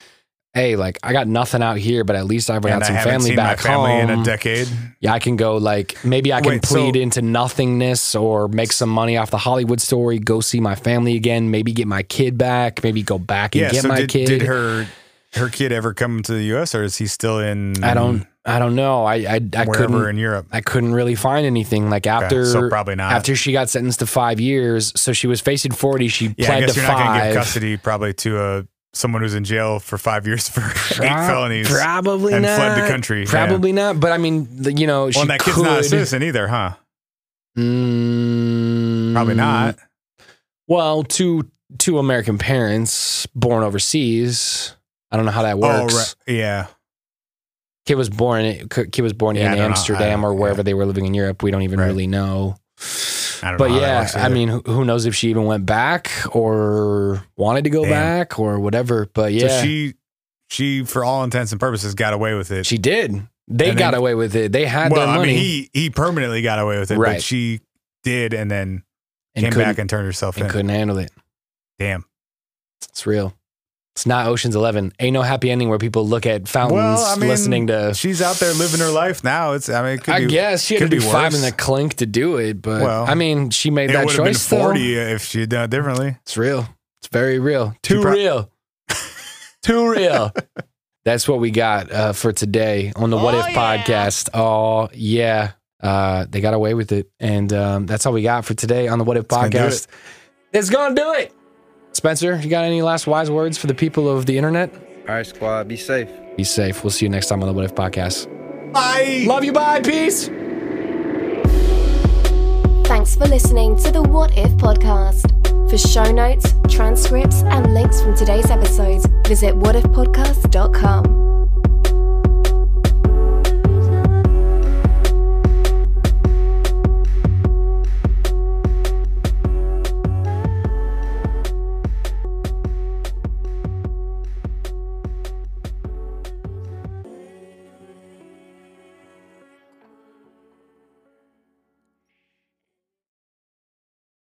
Speaker 2: Hey, like I got nothing out here, but at least I've got
Speaker 3: and I
Speaker 2: some
Speaker 3: haven't
Speaker 2: family
Speaker 3: seen
Speaker 2: back
Speaker 3: my family
Speaker 2: home.
Speaker 3: in a decade.
Speaker 2: Yeah, I can go like maybe I can
Speaker 3: Wait, so-
Speaker 2: plead into nothingness or make some money off the Hollywood story, go see my family again, maybe get my kid back, maybe go back and
Speaker 3: Yeah.
Speaker 2: get
Speaker 3: So
Speaker 2: my
Speaker 3: did,
Speaker 2: kid.
Speaker 3: did her her kid ever come to the U.S. or is he still in?
Speaker 2: I don't I don't know. I I, I
Speaker 3: Mm-hmm. Wherever
Speaker 2: couldn't
Speaker 3: in Europe.
Speaker 2: I couldn't really find anything like after
Speaker 3: so probably not.
Speaker 2: after she got sentenced to 5 years, so she was facing 40, she
Speaker 3: Yeah, I
Speaker 2: pled
Speaker 3: guess
Speaker 2: to
Speaker 3: you're
Speaker 2: 5.
Speaker 3: not going to give custody probably to a someone who's in jail for five [LAUGHS] years for eight
Speaker 2: Prob-
Speaker 3: felonies.
Speaker 2: Probably
Speaker 3: and
Speaker 2: not.
Speaker 3: fled the country, yeah.
Speaker 2: Probably not, but I mean, the- you know, she
Speaker 3: Well, and that
Speaker 2: could
Speaker 3: kid's not a citizen either, huh?
Speaker 2: Mm,
Speaker 3: Probably not.
Speaker 2: Well, two two American parents born overseas. I don't know how that works.
Speaker 3: Oh, right. Yeah.
Speaker 2: Kid was born. Kid was born
Speaker 3: Yeah, I
Speaker 2: in
Speaker 3: don't know. I
Speaker 2: Amsterdam
Speaker 3: don't-
Speaker 2: or wherever
Speaker 3: yeah.
Speaker 2: they were living in Europe. We don't even
Speaker 3: Right.
Speaker 2: really know.
Speaker 3: I don't
Speaker 2: But
Speaker 3: know how that
Speaker 2: yeah,
Speaker 3: works
Speaker 2: I
Speaker 3: either.
Speaker 2: mean, who, who knows if she even went back or wanted to go
Speaker 3: Damn.
Speaker 2: back or whatever. But yeah,
Speaker 3: So
Speaker 2: she,
Speaker 3: she, she, for all intents and purposes, got away with it.
Speaker 2: did. They
Speaker 3: And
Speaker 2: got
Speaker 3: then-
Speaker 2: away with it. They had
Speaker 3: well,
Speaker 2: their
Speaker 3: I
Speaker 2: money
Speaker 3: mean, he he permanently got away with it,
Speaker 2: Right.
Speaker 3: but she did, and then
Speaker 2: and,
Speaker 3: came
Speaker 2: couldn't,
Speaker 3: back and turned herself
Speaker 2: and
Speaker 3: in.
Speaker 2: couldn't handle it.
Speaker 3: Damn.
Speaker 2: It's real. It's not Ocean's Eleven. Ain't no happy ending where people look at fountains
Speaker 3: Well, I mean,
Speaker 2: listening to
Speaker 3: She's out there living her life now. It's I mean, it could
Speaker 2: I
Speaker 3: be,
Speaker 2: guess she had to
Speaker 3: could
Speaker 2: be,
Speaker 3: be
Speaker 2: five in
Speaker 3: worse.
Speaker 2: the clink to do it, but
Speaker 3: Well,
Speaker 2: I mean, she made
Speaker 3: it
Speaker 2: that
Speaker 3: would have been
Speaker 2: choice.
Speaker 3: forty
Speaker 2: Though.
Speaker 3: if she had done it differently.
Speaker 2: It's real. It's very real. Too
Speaker 3: pro-
Speaker 2: real. Too [LAUGHS] real. That's what we got uh, for today on the What If podcast. Oh yeah, uh, they got away with it, and um, that's all we got for today on the What If
Speaker 3: gonna do it.
Speaker 2: podcast. It's gonna do it. Spencer, you got any last wise words for the people of the internet?
Speaker 9: All right, squad, be safe.
Speaker 2: Be safe. We'll see you next time on the What If podcast.
Speaker 3: Bye.
Speaker 2: Love you. Bye. Peace.
Speaker 1: Thanks for listening to the What If podcast. For show notes, transcripts, and links from today's episode, visit whatifpodcast.com.